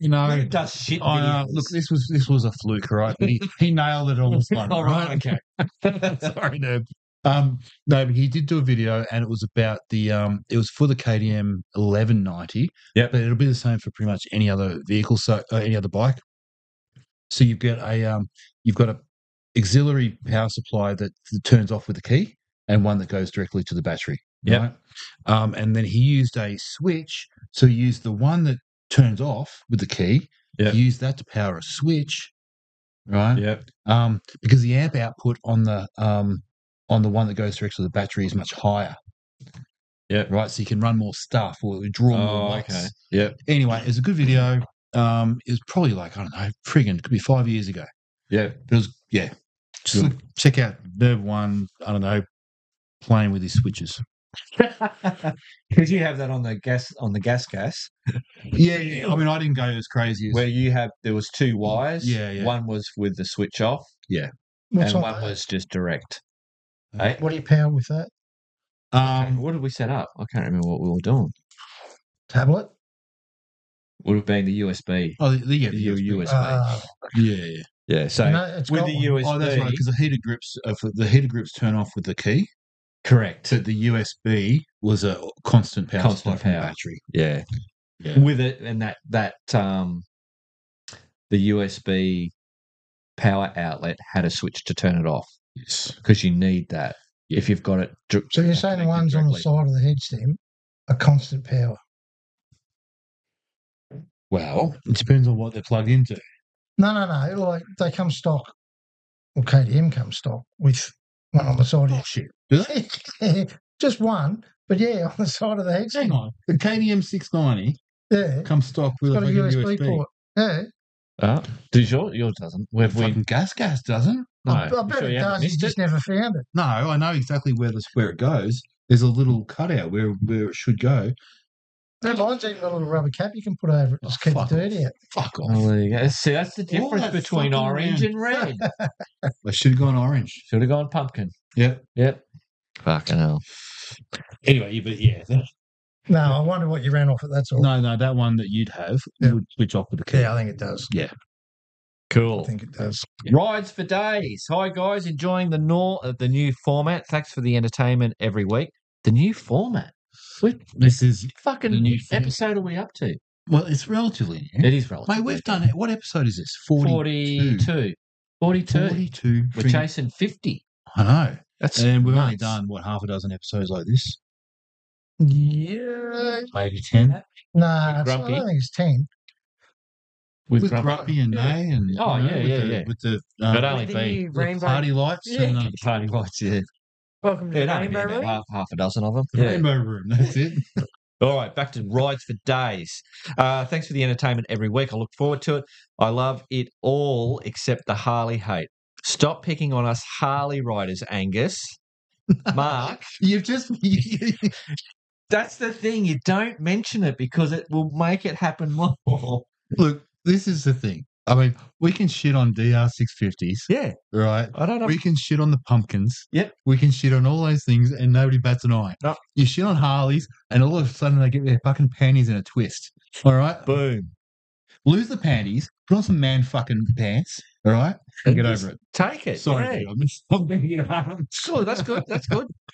you know.
Who does shit?
I, uh,
videos?
look, this was this was a fluke, right? But he, he
[laughs]
nailed it on this one,
All
right?
right, okay.
[laughs] Sorry, Nerb. Um, no, but he did do a video, and it was about the um, it was for the KDM 1190.
Yep.
but it'll be the same for pretty much any other vehicle, so uh, any other bike. So you've got a um, you've got a auxiliary power supply that turns off with the key, and one that goes directly to the battery.
Yep.
right? Um, and then he used a switch, so he used the one that turns off with the key.
Yep.
He used that to power a switch, right?
Yep.
um, because the amp output on the um, on the one that goes directly to the battery is much higher.
Yep.
Right, so you can run more stuff or draw more
Oh,
watts.
okay. Yep.
Anyway, it's a good video. Um, it was probably like I don't know, friggin' could be five years ago.
Yeah.
But it was yeah. Just
Good.
look, check out Nerve One. I don't know, playing with his switches.
Because you have that on the gas on the gas gas
Yeah, yeah. I mean, I didn't go as crazy as
where you have there was two wires.
Yeah, yeah.
One was with the switch off,
What's
and
on
one
that?
was just direct.
Uh,
Hey,
What do you power with that?
um,
um,
what did we set up? I can't remember what we were doing.
Tablet?
Would have been the USB.
oh, the, the, yeah,
The USB.
Uh,
yeah, yeah.
Yeah. So
no, it's
with
got
the
one.
USB,
Oh, that's right. Because the heater grips, uh, for- the heater grips turn off with the key.
correct.
So the USB was a constant power
Constant
supply from the
power.
battery.
Yeah.
Yeah.
With it and that that um, the USB power outlet had a switch to turn it off
Yes.
because you need that if you've got it. dr-
So you're saying the
connected
ones on the
directly.
side of the head stem are constant power?
Well, it depends on what they're plugged into.
No, no, no. Like they come stock, or KDM comes stock with one on the side of
shit. Do they?
it. [laughs] Just one, but yeah, on the side of the head
Hang
stem.
on. The KDM 690
Yeah,
comes stock with
it's
a
got a
fucking
USB,
USB.
port. Yeah,
Uh, does your yours doesn't? Where we
Fucking gas gas doesn't. Oh,
I, I
Oh, you
bet
sure
it
you haven't
does. You
missed
just never found it.
No, I know exactly where this where it goes. There's a little cutout where where it should go.
That line's even got a little rubber cap you can put over it.
Oh,
Just keep
fuck
it dirty out.
Fuck off.
Oh, there you go. See, that's the
All
difference
that
between
fucking
orange and
[laughs]
red.
I should have gone orange.
Should have gone pumpkin.
Yep.
Yep. Fucking hell.
Anyway, you- but yeah. that-
No, I wonder what you ran off at. That's all.
No, no, that one that you'd have
Yeah.
would switch off with the key.
Yeah, I think it does. I
Cool.
think it does.
Rides for days. Hi guys, enjoying the nor of the new format. Thanks for the entertainment every week. The new format. What
This is
fucking
The new format.
episode are we up to?
well, it's relatively new.
It is relevant.
Mate, we've done it. What episode is this? 42.
42. 42.
42.
We're
friggin-
chasing 50.
I know.
That's
And we've only
nuts.
done, what, half a dozen episodes like this?
Yeah.
Maybe 10.
No, it's, I
Grumpy.
don't think it's ten.
with,
With
Grumpy.
Grumpy and
Yeah.
May and.
Oh, yeah,
with
yeah,
the,
yeah.
With the, um,
But only be-
With the
the
rainbow.
party lights and
Yeah.
uh,
Party lights, yeah.
Welcome to
Yeah,
the
that'd be
rainbow
about
room.
half, half a dozen of them.
the rainbow room. That's it. [laughs]
All right, back to rides for days. Uh, thanks for the entertainment every week. I look forward to it. I love it all except the Harley hate. Stop picking on us Harley riders, Angus. Mark,
You've just
[laughs]
[laughs]
that's the thing. You don't mention it because it will make it happen [laughs] more.
look. This is the thing. I mean, we can shit on DR six fifties,
Yeah,
right?
I don't know.
We can shit on the pumpkins.
Yep.
We can shit on all those things, and nobody bats an eye.
No.
You shit on Harleys, and all of a sudden they get their fucking panties in a twist. All right.
Boom.
Lose the panties. Put on some man fucking pants. All right. And get over it.
Take it.
Sorry,
yeah.
dude, I'm just [laughs] I'm being around.
Sure, that's good. That's good. [laughs]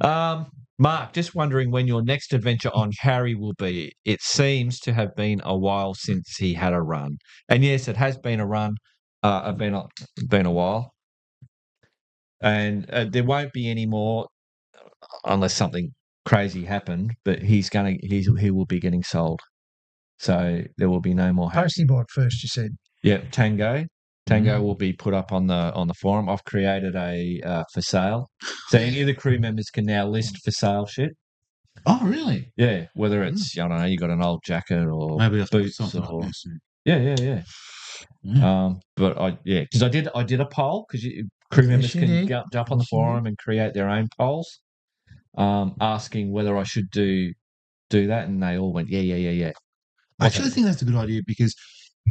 Um, Mark, just wondering when your next adventure on Harry will be. It seems to have been a while since he had a run, and yes, it has been a run. Uh, I've been a, been a while, and uh, there won't be any more uh, unless something crazy happened. But he's gonna he's he will be getting sold, so there will be no more. Harry.
Posty bike first, you said.
Yep, Tango. Tango
Mm.
will be put up on the on the forum. I've created a uh, for sale, so any of the crew members can now list for sale shit.
Oh, really?
Yeah, whether
Mm.
it's I don't know, you got an old jacket or
Maybe I'll put
boots
something up
or
there soon.
yeah, yeah, yeah.
Mm.
Um, but I yeah, because I did I did a poll because crew
Yes,
members
you
can
did.
go- jump on the
Yes, you did.
forum and create their own polls, um, asking whether I should do do that, and they all went yeah, yeah, yeah, yeah.
I
Okay.
actually think that's a good idea because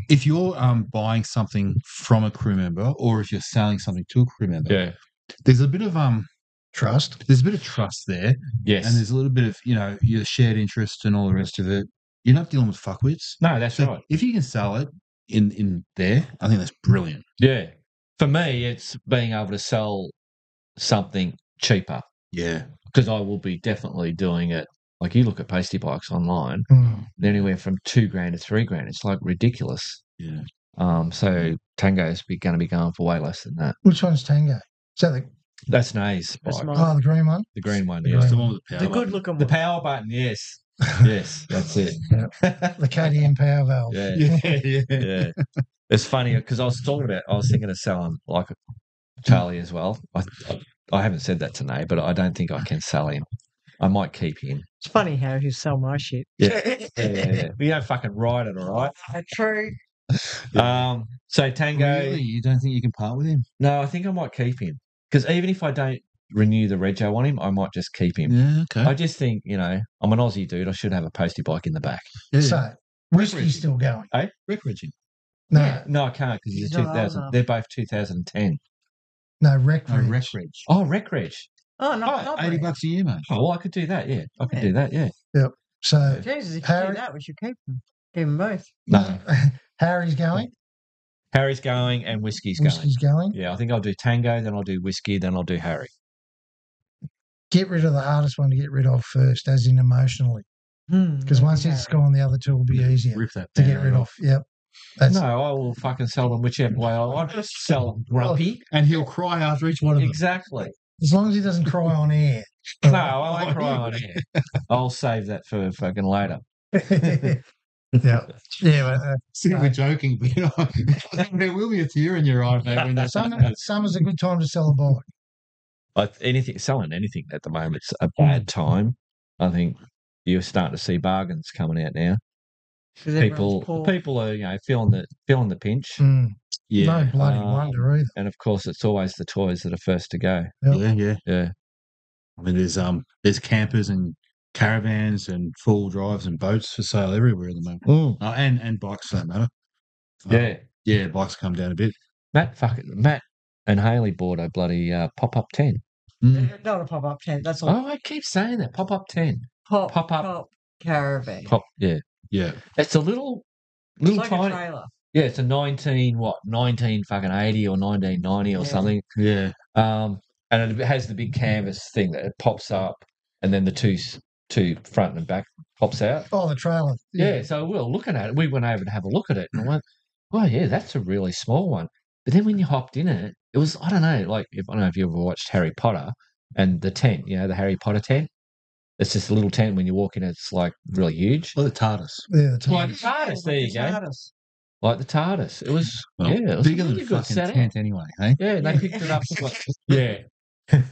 if you're um, buying something from a crew member or if you're selling something to a crew member, there's a bit of um
Trust.
there's a bit of trust there
Yes.
and there's a little bit of, you know, your shared interest and all the rest of it. You're not dealing with fuckwits.
no, that's
So
right.
if you can sell it in in there, I think that's brilliant.
Yeah. For me, it's being able to sell something cheaper
Yeah.
because I will be definitely doing it. Like you look at pasty bikes online,
Mm.
they're anywhere from two grand to three grand. It's like ridiculous.
Yeah.
Um,
Mm.
so Tango's be going to be going for way less than that.
Which one's Tango? Is that the,
That's Nays
That's
bike,
mine.
oh, the green one?
the green one.
The
Yeah.
It's
green
the one with the power.
The good looking
The
one.
power button.
[laughs]
Yes. Yes. That's it. [laughs]
The KDM power valve.
yeah. [laughs]
Yeah, yeah.
yeah. It's funny because I was talking about, I was thinking of selling like Charlie as well. I, I, I haven't said that to Nay, but I don't think I can sell him. I might keep him.
It's funny how you sell my shit.
[laughs]
Yeah, yeah, yeah. [laughs] We don't fucking ride it, all
True.
right? Um, so Tango,
Really? You don't think you can part with him?
no, I think I might keep him because even if I don't renew the rego on him, I might just keep him.
Yeah, okay.
I just think, you know, I'm an Aussie dude. I should have a postie bike in the back.
yeah.
So, whiskey's still going.
Rick Reggie.
No,
No, I can't because he's
He's
a
not old
2000.
enough.
They're both 2010.
no, wreck.
No,
room.
Rick Reg.
Oh, Rec Reg.
Oh, no,
Oh,
not
80
really.
bucks a year, mate.
Oh, well, I could do that. Yeah, I could
Yeah.
do that. Yeah.
So,
Jesus, if you
Harry-
do that, we should keep them. Keep them both.
No.
[laughs] Harry's going.
Harry's going and Whiskey's going.
Whiskey's going.
Yeah, I think I'll do Tango, then I'll do Whiskey, then I'll do Harry.
Get rid of the hardest one to get rid of first, as in emotionally. Because once it's gone, the other two will be easier
Rip that
to get
Band-Aid
rid of. Yep. That's Oh,
no, I will fucking sell them whichever way I
[laughs]
want. Just sell Grumpy.
And he'll cry after each one of them.
Exactly.
as long as he doesn't cry on air.
[laughs] No, I
Oh,
won't cry on air. I'll save that for fucking later.
[laughs] yeah.
[laughs]
Yeah. uh, but,
See, we're joking, but you know, [laughs] there will be a tear in your eye, mate, when
uh,
[laughs]
that's
summer, summer's a good time to sell a bike.
But anything selling anything at the moment's a
Mm.
bad time. I think you're starting to see bargains coming out now. People, people are you know feeling the feeling the pinch,
Mm.
Yeah.
No bloody
Um,
wonder either.
and of course it's always the toys that are first to go.
Yeah, yeah.
Yeah,
I mean, there's um, there's campers and caravans and four-wheel drives and boats for sale everywhere at the moment. Oh, and and bikes for that matter. Um,
Oh.
yeah.
yeah, bikes come down a bit.
Matt, fuck it. Matt and Haley bought a bloody uh, pop up ten.
Mm.
Not a pop up tent. That's a
Oh, I keep saying that pop up ten.
pop,
Oh, pop up.
pop caravan.
Pop, yeah.
Yeah,
It's a little,
It's
little
like a
tiny.
trailer.
Yeah, it's a nineteen what nineteen fucking eighty or nineteen ninety or
Yeah.
something.
yeah.
Um, and it has the big canvas thing that it pops up, and then the two s- two front and back pops out.
Oh, the trailer.
Yeah. So we were looking at it. We went over to have a look at it, and I went, "Oh yeah, that's a really small one." But then when you hopped in it, it was I don't know, like if I don't know if you ever watched Harry Potter and the tent, you know, the Harry Potter tent. It's just a little tent when you walk in. It's like really huge,
Well, the TARDIS.
Yeah, the
like
trailer.
the TARDIS. There you go,
Hardest.
like the TARDIS. It was
Well,
yeah, it was
bigger
a
than
really
a
good
fucking
setup.
tent, anyway. Hey,
Yeah, they picked it up. For, [laughs] yeah, [laughs]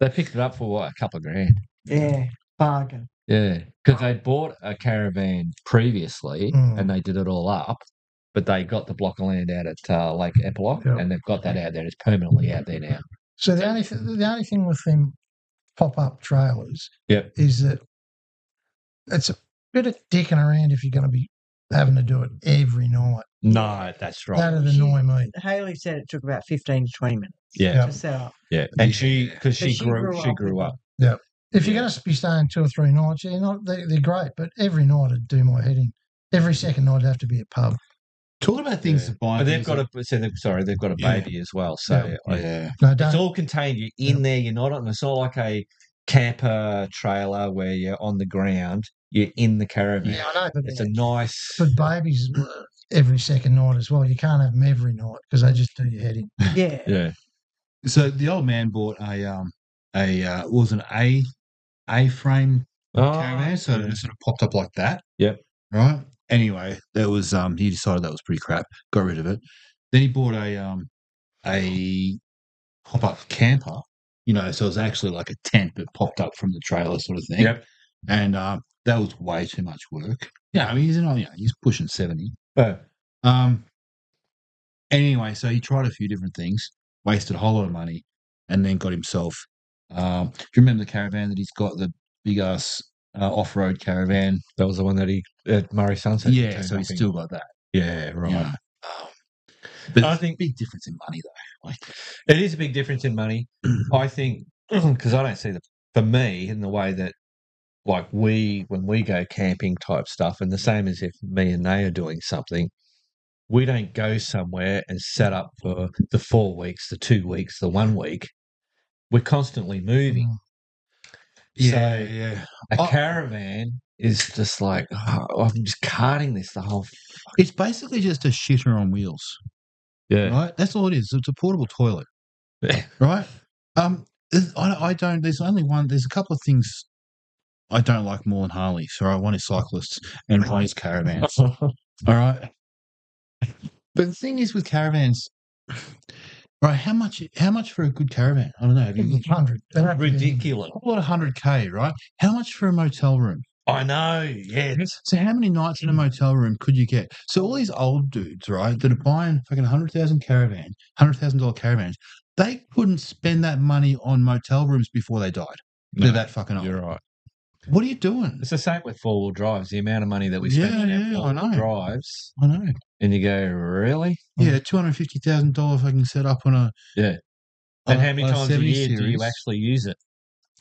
they picked it up for what a couple of grand.
Yeah, bargain.
Yeah, because they bought a caravan previously
Mm.
and they did it all up, but they got the block of land out at uh, Lake Epilock
Yeah.
and they've got that out there. It's permanently out there now.
So the only th- the only thing with them pop up trailers,
Yep.
is that it's a bit of dicking around if you're going to be having to do it every night.
No, that's right.
That'd annoy me.
Haley said it took about 15 to 20 minutes
yeah,
to set up.
yeah. And
Yeah.
she because she,
But she
grew,
grew
she
up
grew
with
up.
If
Yeah.
you're going to be staying two or three nights, you're not they, they're great, but every night I'd do my heading. Every second night I'd have to be a pub.
Talking about things
Yeah.
that buy.
But they've
things
got
that-
a so they've, sorry, they've got a
Yeah.
baby as well. So I-
yeah.
No,
it's
don't.
all contained. You're in there. You're not on. It's not like a camper trailer where you're on the ground. You're in the caravan.
yeah, I know, but
It's a nice.
for babies, every second night as well. You can't have them every night because they just do your heading.
Yeah.
[laughs] yeah.
So the old man bought a um a uh, it was an A A frame
Oh,
caravan, so it just sort of popped up like that.
Yep.
Right. Anyway, that was um he decided that was pretty crap, got rid of it. Then he bought a um a pop up camper, you know, so it was actually like a tent that popped up from the trailer sort of thing.
Yep.
And um that was way too much work. Yeah, I mean he's an old, you know, he's pushing seventy.
Oh,
Um. Anyway, so he tried a few different things, wasted a whole lot of money, and then got himself. Um, do you remember the caravan that he's got? The big ass uh, off-road caravan.
that was the one that he at Murray Sunset. he
yeah,
came
so he's
up in.
still got that.
yeah right.
you know. Um, but
I
I think
think-
big difference in money though. Like
It is a big difference in money. I think [clears throat] because I don't see the for me in the way that like we when we go camping type stuff, and the same as if me and they are doing something, we don't go somewhere and set up for the four weeks, the two weeks, the one week. We're constantly moving.
yeah,
So-
yeah.
A
Oh.
caravan is just like oh, I'm just carting this the whole
It's basically just a shitter on wheels,
yeah
right? That's all it is. It's a portable toilet. right? Um, is- I, I don't. There's only one. There's a couple of things I don't like more than Harley. So right? one is cyclists and one is caravans. All right. But the thing is with caravans, right? How much? How much for a good caravan? I don't know. Have you,
Hundred.
[laughs] ridiculous.
a lot of hundred k, right? How much for a motel room?
I know. Yeah.
So how many nights in a motel room could you get? So all these old dudes, right, that are buying fucking hundred thousand caravan, hundred thousand dollar caravans, they couldn't spend that money on motel rooms before they died. They're that fucking
[laughs]
old.
You're right.
What are you doing?
It's the same with four wheel drives. The amount of money that we spend
Yeah,
on our
yeah,
four-wheel
I know.
drives,
I know.
and you go, really?
Yeah, two hundred fifty thousand dollar fucking set up on a
Yeah.
on
And how many
on
times a
70
year do you
series.
actually use it?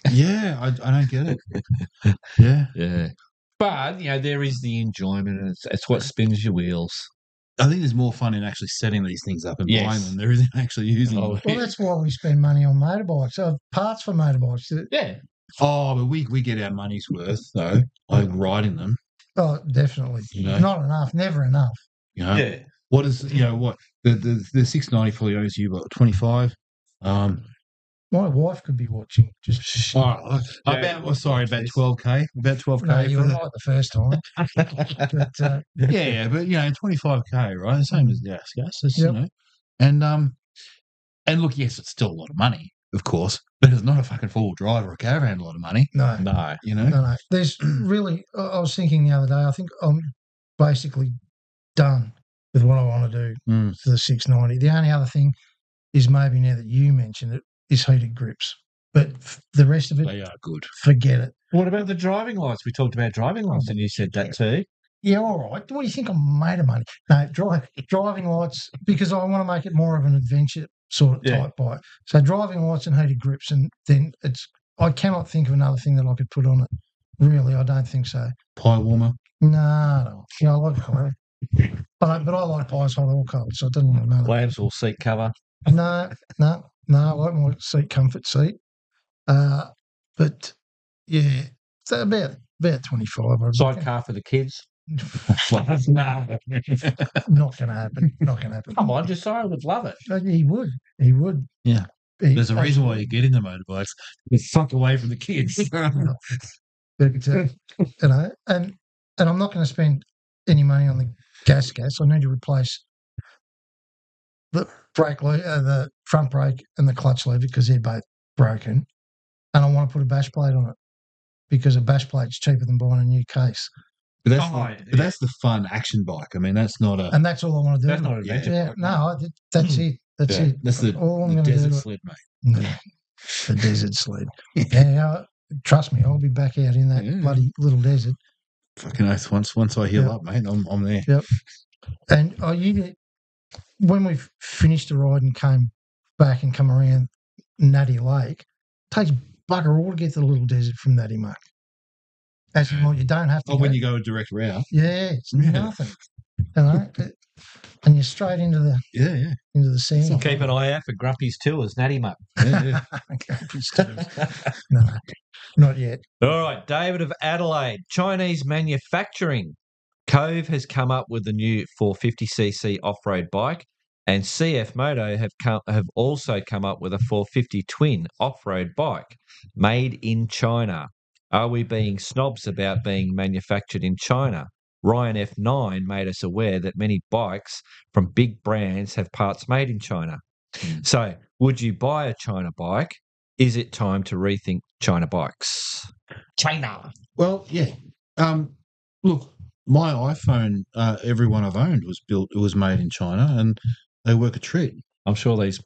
[laughs] Yeah, I, I don't get it. [laughs] yeah,
Yeah. But you know, there is the enjoyment, and it's, it's what spins your wheels.
I think there's more fun in actually setting these things up and buying
Yes.
them. There isn't actually using
Oh,
them.
Well, that's why we spend money on motorbikes. Uh, parts for motorbikes. Uh,
Yeah.
Oh, but we we get our money's worth though. Like riding them,
Oh, definitely.
Yeah.
Not enough. Never enough.
you know.
Yeah.
What is you know what the the, the six ninety probably owes you about twenty five. Um,
My wife could be watching. Just
all right,
Yeah.
about well, oh, sorry about twelve k, about twelve
no,
k.
you were right the first time. but uh,
yeah, yeah, but you know, twenty five k, right? The same as gas, gas, it's, you
Yep.
know, and um, and look, yes, it's still a lot of money, of course, but it's not a fucking four wheel drive or a caravan, a lot of money,
no, no,
No.
you know.
no. There's [clears throat] really. I I was thinking the other day. I think I'm basically done with what I want to do
Mm.
for the 690. The only other thing is maybe now that you mentioned it is heated grips, but f- the rest of it,
They are good.
forget it.
What about the driving lights? We talked about driving lights, and you said that too.
Yeah, all right. What do you think I'm made of money? No, drive, driving lights because I want to make it more of an adventure sort of
Yeah.
type bike. So driving lights and heated grips, and then it's I cannot think of another thing that I could put on it. Really, I don't think so.
Pie warmer.
No, no. Yeah, I like pie, but I, but I like pies hot or cold, so it doesn't really matter.
Lambs will seat cover.
No, no, no. I like my seat comfort seat. Uh, but yeah, so about about twenty five.
Sidecar for the kids. [laughs] no.
Not going to happen. Not going
[laughs]
to happen.
Come on, Josiah would love it.
But he would. He would.
Yeah.
He-
There's a reason why you get into motorbikes. You fuck away from
[laughs]
the kids.
But,
[laughs]
uh, you know, and and I'm not going to spend any money on the gas gas. I need to replace the brake, le- uh, the front brake, and the clutch lever because they're both broken. And I want to put a bash plate on it because a bash plate's cheaper than buying a new case.
But that's,
Oh,
the,
yeah.
but that's the fun action bike. I mean, that's not a
And that's all I want to do.
That's
with
not
it.
an
Yeah.
adventure.
yeah, no, I, that's it. That's
Hmm. Yeah.
it.
that's the,
all I'm
the
going to do.
desert
to it.
sled, mate.
Yeah. [laughs] The
[laughs]
desert sled. Yeah, yeah, trust me, I'll be back out in that
Yeah.
bloody little desert.
Fucking oath. Once once I heal
Yeah.
up, mate, I'm I'm there.
And I usually, when we've finished the ride and came back and come around Natty Lake, takes bugger all to get to the little desert from Natty Muck. As you know, you don't have to.
Oh,
go-
when you go a direct route.
yeah, it's
Yeah.
nothing. You know, It- and you're straight into the
Yeah, yeah.
into the sand.
Keep
[laughs]
an eye out for Grumpy's tours, Natty Muck.
yeah, yeah.
no, no, not yet.
All right, David of Adelaide, Chinese manufacturing. Cove has come up with the new 450cc off-road bike, and CF Moto have come, have also come up with a 450 twin off-road bike made in China. Are we being snobs about being manufactured in China? Ryan F9 made us aware that many bikes from big brands have parts made in China.
Mm.
So, would you buy a China bike? Is it time to rethink China bikes? China.
[laughs] Well, yeah. Um, look, my iPhone, uh, every one I've owned was built, it was made in China, and they work a treat.
I'm sure these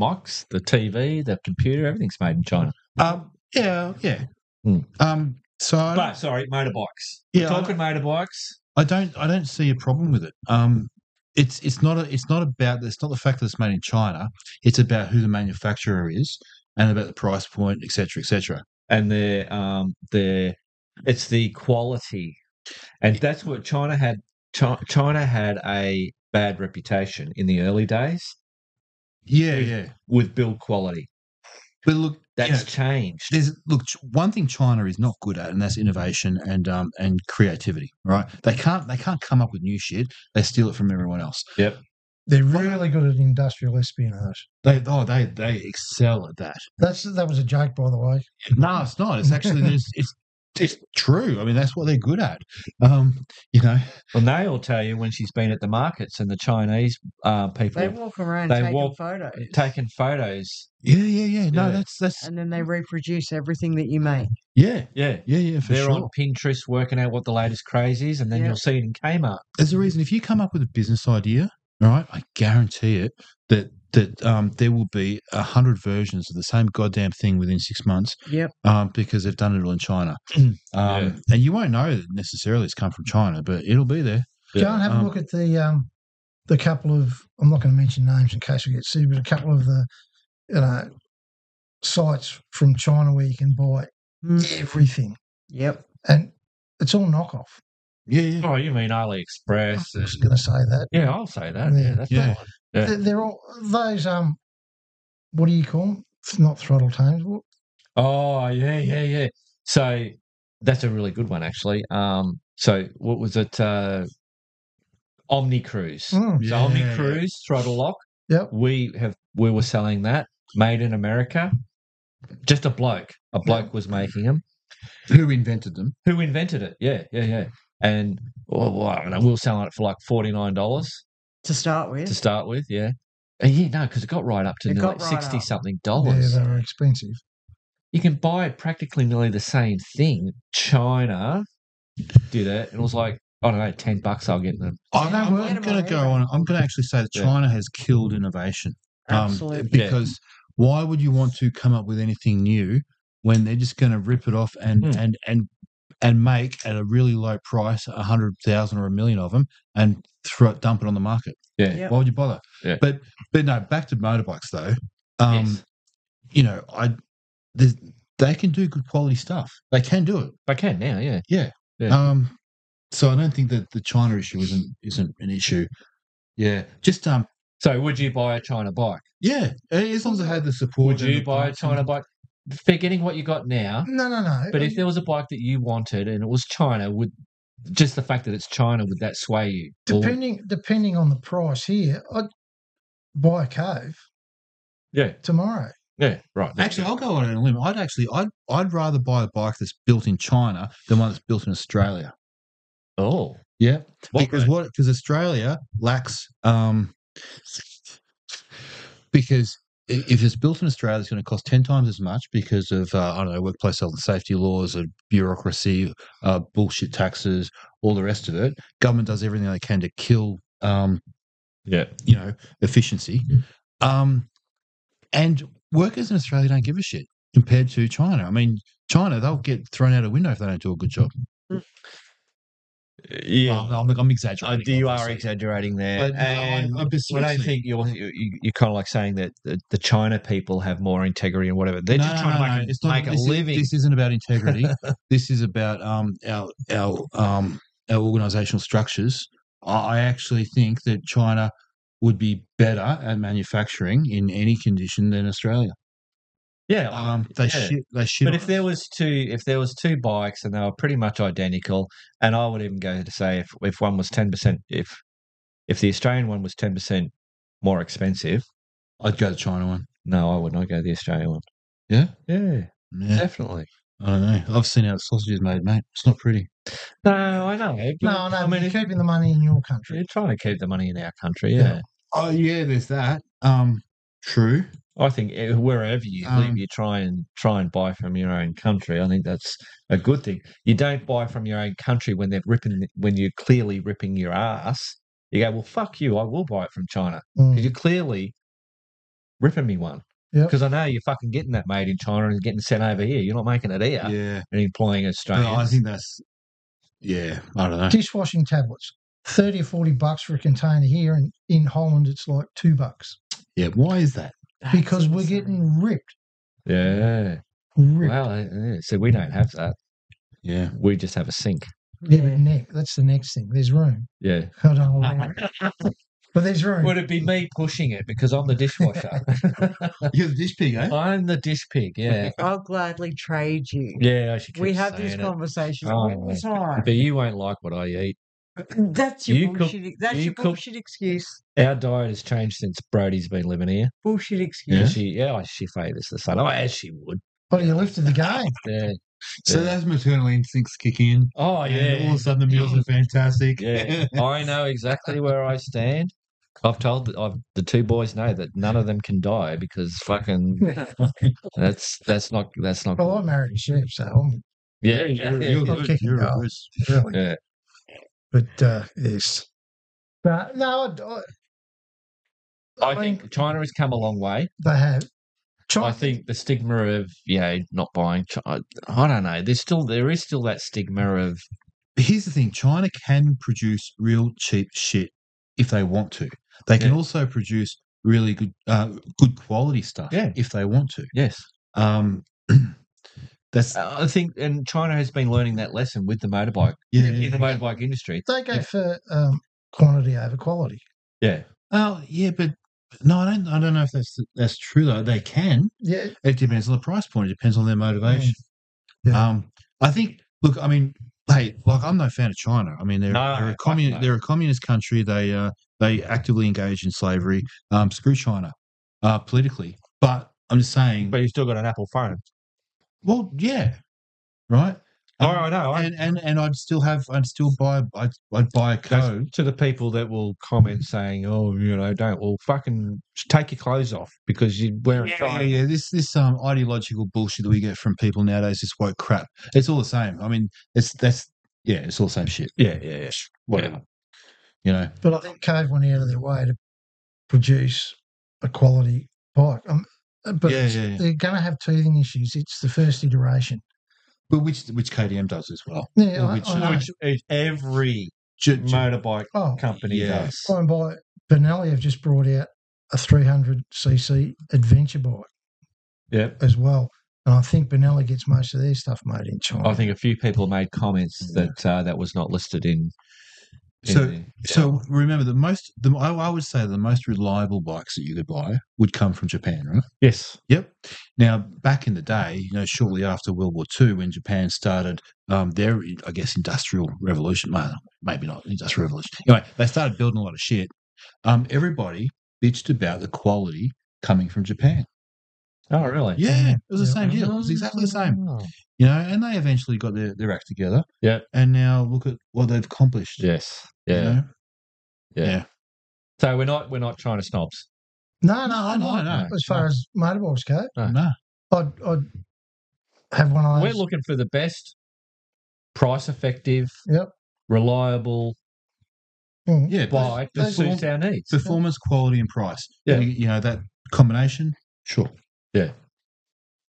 mics, the TV, the computer, everything's made in China.
Um, yeah, yeah.
Hmm.
Um, so I
But
don't,
sorry, motorbikes.
Yeah,
We're talking motorbikes.
I don't, I don't see a problem with it. Um, it's it's not a, it's not about it's not the fact that it's made in China. It's about who the manufacturer is and about the price point, etc., etc.
And they're um they're
It's the quality, and that's what China had. Chi- China had a bad reputation in the early days
Yeah, yeah.
with build quality.
But look,
That's
you know,
changed.
there's look Ch- one thing China is not good at, and that's innovation and um and creativity. Right? They can't they can't come up with new shit. They steal it from everyone else.
They're really good at industrial espionage.
They oh they they excel at that.
That's that was a joke, by the way.
No, it's not. It's actually it's it's, it's true. I mean, that's what they're good at. Um, you know,
Well, Nay will tell you when she's been at the markets and the Chinese uh, people
They walk around
They
taking
walk-
photos.
taking photos.
yeah, yeah, yeah. No,
Yeah.
that's that's
and then they reproduce everything that you make.
yeah,
Yeah.
yeah, yeah, for
They're
sure.
on Pinterest working out what the latest craze is, and then
Yeah.
you'll see it in Kmart.
There's a reason if you come up with a business idea, all right, I guarantee it that that um, there will be a hundred versions of the same goddamn thing within six months.
Yep.
Um, because they've done it all in China. um,
[clears throat] Yeah.
and you won't know that necessarily it's come from China, but it'll be there.
Yeah,
Go and have
um,
a look at the um, the couple of I'm not going to mention names in case we get sued, but a couple of the you know sites from China where you can buy
Mm.
everything,
Yep.
and it's all knockoff.
Yeah, yeah.
Oh, you mean AliExpress?
I was
and-
going to say that.
yeah, I'll say that. Yeah,
Yeah.
that's
Yeah.
the one. Mm-hmm. Yeah.
They're, they're all those um, what do you call them? It's not throttle tones. What,
Oh, yeah, yeah, yeah. So that's a really good one, actually. Um, so what was it? Uh, Omni Cruise. So
mm,
Yeah,
Omni
yeah.
Cruise throttle lock.
Yep.
We have we were selling that made in America. Just a bloke. A bloke was making them.
Who invented them?
Who invented it? Yeah, yeah, yeah. And well, well, I don't know. We were selling it for like forty nine dollars
To start with.
to start with. Yeah. And yeah, no, because it got right up to
It
nearly
got
like
right
sixty
up.
something
yeah,
dollars.
they were expensive.
you can buy practically nearly the same thing. China did it, and it was like I don't know, ten bucks. I'll get them.
I'm,
Yeah,
Oh, I'm,
wait a
going
minute.
to go on. I'm going to actually say that
Yeah.
China has killed innovation.
um,
um,
Absolutely.
Yeah.
because why would you want to come up with anything new when they're just going to rip it off and
Hmm.
and and and make at a really low price a hundred thousand or a million of them and throw it, dump it on the market?
Yeah.
Yep.
Why would you bother?
Yeah.
But but no, back to motorbikes though. Um,
Yes.
you know, I there's, they can do good quality stuff. They can do it.
I can now. Yeah, Yeah.
Um, so I don't think that the China issue isn't isn't an issue. Yeah, just um,
So, would you buy a China bike?
yeah, as long as I had the support.
Would
and
you
the
buy a
parts and-
China bike? Forgetting what you got now,
Mm,
No, no, no.
um,
but if there was a bike that you wanted and it was China, would just the fact that it's China would that sway you? Or-
depending depending on the price here, I'd buy a cove
yeah,
tomorrow.
yeah, right.
Actually, I'll go on a limb. I'd actually, I'd, I'd rather buy a bike that's built in China than one that's built in Australia.
oh,
Yeah,
What
because
made-
what? Because Australia lacks. Um, because i- if it's built in Australia, it's going to cost ten times as much because of uh, I don't know workplace health and safety laws, of bureaucracy, uh, bullshit taxes, all the rest of it. Government does everything they can to kill um,
yeah, Mm-hmm.
you know efficiency um and workers in Australia don't give a shit compared to China. I mean, China, they'll get thrown out a window if they don't do a good job.
Yeah.
Well, I'm, I'm
I
exaggerating.
do. You are
obviously.
exaggerating there,
But no, I-
and
I
I, don't
seriously-
think you're you, you- you're kind of like saying that the, the China people have more integrity and whatever. They're
No,
just
no,
trying
no,
to
no,
make,
it's
a
not-
make a
this is-
living.
this isn't about [laughs] integrity. this is about um, our our um, our organizational structures. I I actually think that China would be better at manufacturing in any condition than Australia.
yeah,
Um, they
yeah.
shit. They shit.
But
on
if there
us.
was two, if there was two bikes and they were pretty much identical, and I would even go to say if if one was ten percent, if if the Australian one was ten percent more expensive,
I'd go to China one.
no, I would not go the Australian one.
Yeah?
yeah,
Yeah,
definitely.
I don't know. I've seen how the sausage is made, mate. It's not pretty.
No, I know. but
No, no,
I
I
mean,
you're
if
keeping the money in your country.
you're trying to keep the money in our country.
Yeah.
Yeah.
Oh yeah, there's that. Um, true.
I think eh, wherever you
Um,
live, you try and try and buy from your own country. I think that's a good thing. You don't buy from your own country when they're ripping when you're clearly ripping your ass. You go, well, fuck you. I will buy it from China because
Mm.
you're clearly ripping me one.
Yep.
Because I know you're fucking getting that made in China and getting sent over here. You're not making it here
Yeah,
and employing
But
Australians.
I think that's. Yeah, I don't know.
Dishwashing tablets, 30 or 40 bucks for a container here, and in Holland, it's like two bucks
Yeah, why is that?
because we're getting ripped.
yeah.
Ripped.
Well, eh, eh, so we don't have that.
Yeah,
We just have a sink.
Yeah, but neck. That's the next thing. There's room.
Yeah.
I don't know where- but there's room.
Would it be me pushing it because I'm the [laughs] dishwasher?
[laughs] you're the dish pig, eh?
I'm the dish pig. Yeah.
I'll gladly trade you.
Yeah, I should keep
we have this
saying it.
conversation
Oh,
all the
yeah.
time.
But you won't like what I eat.
[clears throat] That's your
you cook-
bullshit. e-, that's
you
your
cook-
bullshit excuse.
Our diet has changed since Brody's been living here.
Bullshit
Yeah,
excuse.
Yeah.
she yeah, I- she favours the sun. Oh, as she would.
But Oh, you lifted the game.
Yeah.
So
Yeah.
those maternal instincts kick in.
Oh
And all
yeah.
of a sudden the meals are fantastic. [laughs]
Yeah. [laughs] Oh, I know exactly where I stand. I've told the, I've, the two boys know that none of them can die because fucking [laughs] that's that's not that's not
Well, I married a chef, so I'm
yeah yeah,
You're-
yeah, yeah.
you're good,
Oh, Okay.
you're
Yeah.
good.
really.
Yeah.
But uh, yes. But no, I- I-
I think China has come a long way.
they have.
I
China,
think the stigma of you know not buying. Chi- I, I don't know. There's still there is still that stigma of
But here's the thing China can produce real cheap shit if they want to. They can
Yeah.
also produce really good uh, good quality stuff
Yeah.
if they want to.
yes.
Um, [clears throat] that's
Uh, I think, and China has been learning that lesson with the motorbike
yeah.
in the motorbike industry.
they go for um, quantity over quality.
Yeah,
Oh yeah, but no, I don't. I don't know if that's that's true though. They can.
Yeah,
It depends on the price point. It depends on their motivation.
Mm.
Yeah.
Um, I think. Look, I mean, hey, like I'm no fan of China. I mean, they're,
No,
they're a
fuck
communist.
no.
They're a communist country. They uh, they actively engage in slavery. Um, screw China, uh, politically. But I'm just saying.
but you've still got an Apple phone.
well, yeah, right.
Oh,
Um,
I know. I,
and, and and I'd still have. I'd still buy. I'd, I'd buy a
that's
code.
to the people that will comment saying, "Oh, you know, don't." Well, fucking take your clothes off because you're wearing.
Yeah, yeah, yeah. This this um ideological bullshit that we get from people nowadays, this woke crap. It's all the same. I mean, it's that's yeah, it's all the same shit.
yeah, yeah, yeah.
Whatever. You know.
but I think Cove went out of their way to produce a quality bike. Um, but
Yeah, yeah, yeah.
they're going to have teething issues. It's the first iteration.
But which which KDM does as well.
Yeah, I,
Which-
I know.
Which is every
J- j-
motorbike
Oh,
company
Yeah.
does.
by and by, Benelli have just brought out a 300cc adventure bike
Yep.
as well. And I think Benelli gets most of their stuff made in China.
I think a few people made comments that uh, that was not listed in. in
So-
the-
So remember the most the I, I would say the most reliable bikes that you could buy would come from Japan, right?
yes,
Yep. Now, back in the day, you know, shortly after World War II, when Japan started um, their, I guess, industrial revolution, well, maybe not industrial revolution. Anyway, they started building a lot of shit. Um, everybody bitched about the quality coming from Japan.
oh really?
Yeah, Mm-hmm. it was the
Yeah.
same deal. It was exactly the same. You know, and they eventually got their, their act together.
Yeah.
And now look at what they've accomplished.
Yes.
you
Yeah.
know?
Yeah.
Yeah.
So we're not we're not China snobs.
No, no, I'm
No,
not.
no, no.
As far as motorbikes go,
No.
Nah.
I'd, I'd have one of
We're
those.
looking for the best, price effective,
Yep.
reliable
Mm.
Yeah.
bike that
perform-
suits our needs.
performance, quality, and price.
Yeah.
You, you know, that combination, sure.
Well,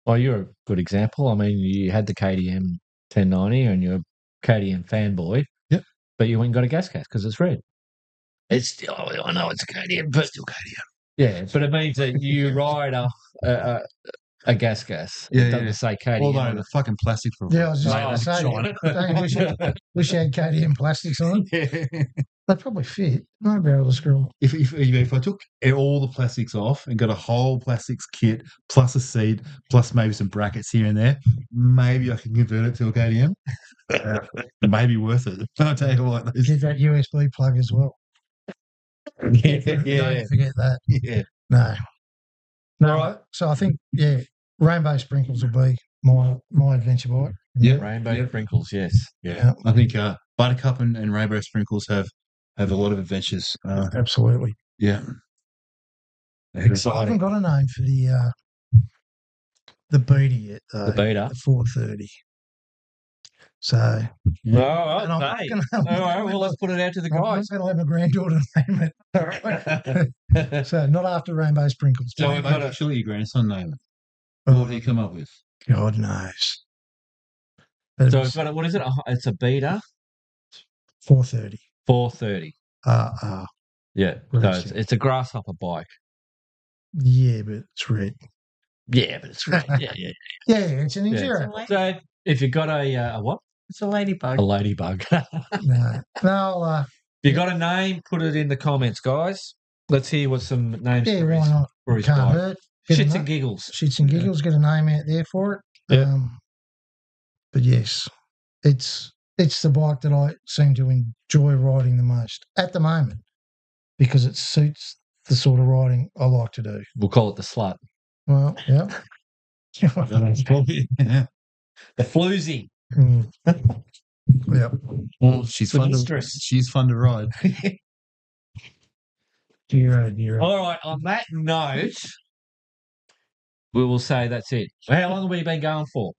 Oh, you're a good example. I mean, you had the KDM 1090 and you're a KDM fanboy.
Yep.
But you went and got a gas case because it's red. It's still, oh, I know it's a KDM, but
Still KDM.
yeah, but it means that [laughs] you ride a, a, a, a gas gas. It
Yeah, yeah,
doesn't
yeah.
say KDM.
Although
on
the fucking plastic for
Yeah, I was just
Mate,
going to
that's
say.
China.
Don't you wish, it, wish you had KDM plastics on them?
[laughs]
Yeah.
They probably fit. No barrel to screw 'em.
If, if if I took all the plastics off and got a whole plastics kit plus a seat plus maybe some brackets here and there, maybe I can convert it to a KDM.
[laughs]
maybe worth it. [laughs] I'll tell you what. those-
Get that USB plug as well.
[laughs] yeah,
Don't forget that.
yeah.
No. No. So I think yeah, rainbow sprinkles will be my my adventure bike.
it. Rainbow sprinkles, yes.
Yeah, I think uh, Buttercup and, and Rainbow Sprinkles have have a lot of adventures. Uh,
Absolutely.
yeah,
I haven't
Exciting.
got a name for the uh the booty yet though.
The beta.
The Ford thirty. So
Oh, I'll
and I'm not
say.
gonna-
All right, well, let's put it out to the
I'm not
guys.
gonna let my granddaughter [laughs] name it. All
[laughs]
right. so not after rainbow sprinkles.
So we've got a-
actually, your grandson name. it. What
Oh,
did he come up with?
God knows. But
So we've got a, what is it? A hi- It's a beta
four thirty.
430.
Uh uh.
Yeah. So
Right,
it's,
yeah.
it's a grasshopper bike.
Yeah, but it's red.
Yeah, but it's red. Yeah, yeah.
Yeah, it's an
Yeah.
enduro.
[laughs] So if you got a, uh, a what?
It's a ladybug.
A ladybug. [laughs] if
[laughs] No, no,
[laughs]
I'll, uh,
you got a name, put it in the comments, guys. Let's hear what some names
yeah,
for
why
his,
not?
for his
Can't
bike.
hurt. Get a
Shits
na-
and giggles.
shits and giggles. Get a name out there for it.
Yeah.
Um, but yes, it's it's the bike that I seem to enjoy riding the most at the moment because it suits the sort of riding I like to do.
We'll call it the slut.
Well, yeah.
[laughs]
[laughs]
[laughs]
The floozy.
Mm. yeah.
well, she's fun. To,
Mistress.
she's fun to ride.
Dear, oh, dear.
All right. On that note, we will say that's it. How long have we been going for?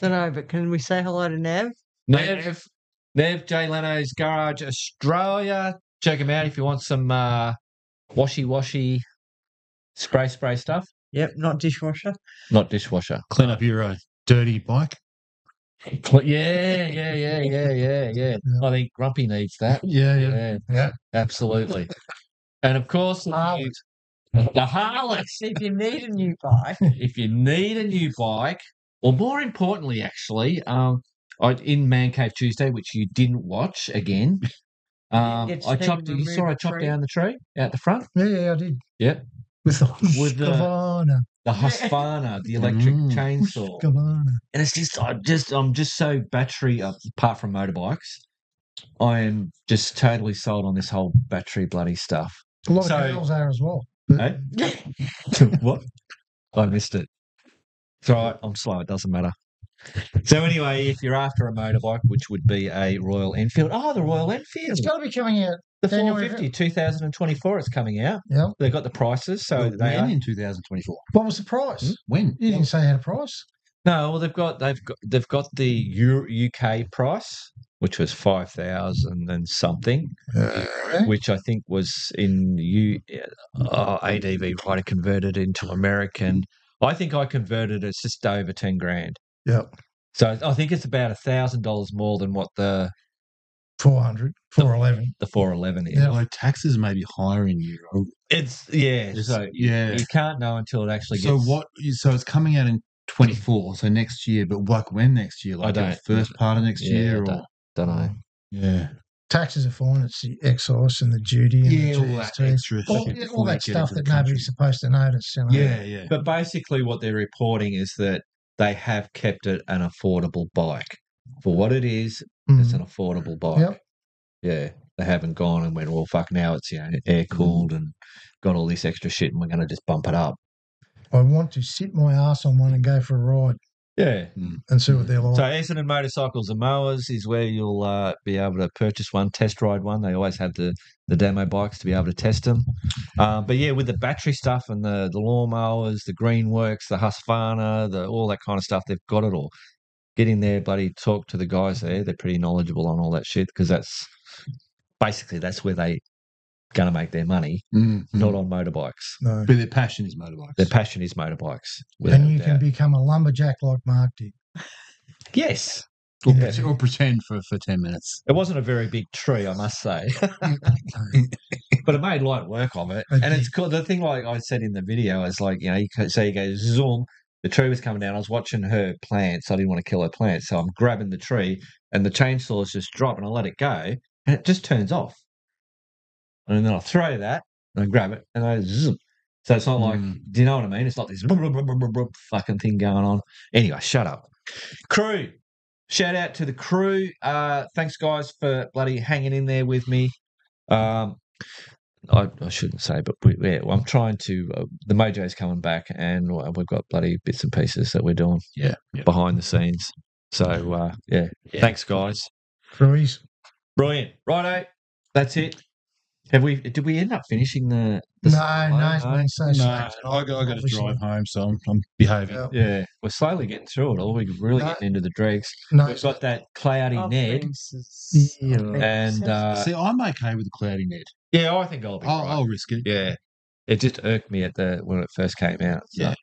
Don't know, but can we say hello to Nev?
Nev, Nev, Jay Leno's Garage Australia. Check him out if you want some uh, washy washy spray spray stuff.
Yep, not dishwasher.
Not dishwasher.
Clean up your uh, dirty bike.
Cl- Yeah, yeah, yeah, yeah, yeah, yeah.
Yeah.
I think Grumpy needs that.
Yeah,
Yeah,
Yeah.
absolutely. And of course, the
Harley.
the harlot.
If you need a new
[laughs]
bike,
If you need a new bike, or more importantly, actually, um, I, in Man Cave Tuesday, which you didn't watch
[laughs]
again, um,
It's
I
been
chopped. You
removed
saw I
the
chopped
tree.
down the tree out the front.
Yeah, yeah, I did.
Yep.
With the
With the-
Husqvarna.
[laughs]
The Husqvarna, the electric
Mm.
chainsaw,
Husqvarna.
and it's just, I just, I'm just so battery uh, apart from motorbikes. I am just totally sold on this whole battery bloody stuff.
A lot
So-
of girls there as well.
Eh? [laughs] what? I missed it. It's all right. I'm slow. It doesn't matter. So anyway, if you're after a motorbike, which would be a Royal Enfield, oh, the Royal Enfield,
It's got to be coming out.
the
January
450, 2024, it's coming out.
Yeah.
They've got the prices, so
Well,
they
when
are. Hmm?
in 2024?
What was the price?
When?
You didn't say how to price.
No, well, they've got they've got they've got the Euro, UK price, which was five thousand and something,
Uh, Eh?
which I think was in U uh, ADV. Right, I converted into American. I think I converted. It's just over ten grand.
Yep.
So I think it's about a thousand dollars more than what the
400, 411.
the four eleven is.
Yeah.
Although taxes may be higher in Europe.
It's Oh, yeah.
It's-
so
yeah.
you can't know until it actually gets.
So what? So it's coming out in 24, so next year. But like when next year? Like
don't-
the first part of next
Yeah, I
year,
don't-
or
Don't know.
yeah,
Taxes are fine. It's the excise and the duty and
yeah,
the
all that
GST.
extra
All,
shit
yeah, all
before they
that
get
stuff
into
that
the country.
nobody's supposed to notice. You know?
Yeah, yeah.
But basically, what they're reporting is that they have kept it an affordable bike for what it is. It's
Mm.
an affordable bike.
Yep.
Yeah, they haven't gone and went. Well, fuck. Now it's you know air cooled and got all this extra shit, and we're going to just bump it up.
I want to sit my ass on one and go for a ride
Yeah.
and see what they're like.
So Essendon Motorcycles and Mowers is where you'll uh, be able to purchase one, test ride one. They always have the, the demo bikes to be able to test them. Um, but yeah, with the battery stuff and the the lawnmowers, the Greenworks, the Husqvarna, the all that kind of stuff, they've got it all. Get in there, buddy. Talk to the guys there. They're pretty knowledgeable on all that shit because that's basically that's where they going to make their money,
Mm, mm.
not on motorbikes.
No.
but their passion is motorbikes.
Their passion is motorbikes. without
And
a
you can
doubt.
become a lumberjack like Mark [laughs] did.
yes.
or,
Yeah.
pret- or pretend for, for 10 minutes.
It wasn't a very big tree, I must say, [laughs] but it made light work of it.
It
And it's cool. The thing, like I said in the video, is like, you know, you co- so you go zoom, the tree was coming down. I was watching her plants. I didn't want to kill her plants. So I'm grabbing the tree and the chainsaws just drop and I let it go and it just turns off. And then I throw that and I grab it and I zoom. So it's not like,
Mm.
do you know what I mean? It's not this blah, blah, blah, blah, blah, blah fucking thing going on. Anyway, shut up. Crew, shout out to the crew. Uh, thanks, guys, for bloody hanging in there with me. Um, I, I shouldn't say, but we, yeah, I'm trying to. Uh, the mojo's coming back, and uh, we've got bloody bits and pieces that we're doing
Yeah. yeah.
behind the scenes. So uh, yeah.
Yeah.
thanks, guys.
Cruise.
Brilliant. Righto, that's it. Have we? Did we end up finishing the? the
No,
song?
no, it's been so
No,
slow
I got, I got to
Obviously.
drive home, so I'm, I'm behaving.
Yeah.
Yeah, we're slowly getting through it all. We're really
No.
getting into the dregs.
No,
We've got that cloudy
Oh,
I've
Ned,
been s-
Yeah.
I've been
and
obsessed.
uh,
See, I'm okay with the cloudy net.
yeah, I think I'll be
I'll,
right.
I'll risk it.
Yeah. It just irked me at the when it first came out. So, yeah.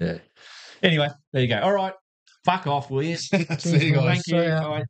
Yeah.
Anyway, there you go. All right. Fuck off, will you? [laughs]
See you guys.
Thank you.
[laughs] See ya.
Bye.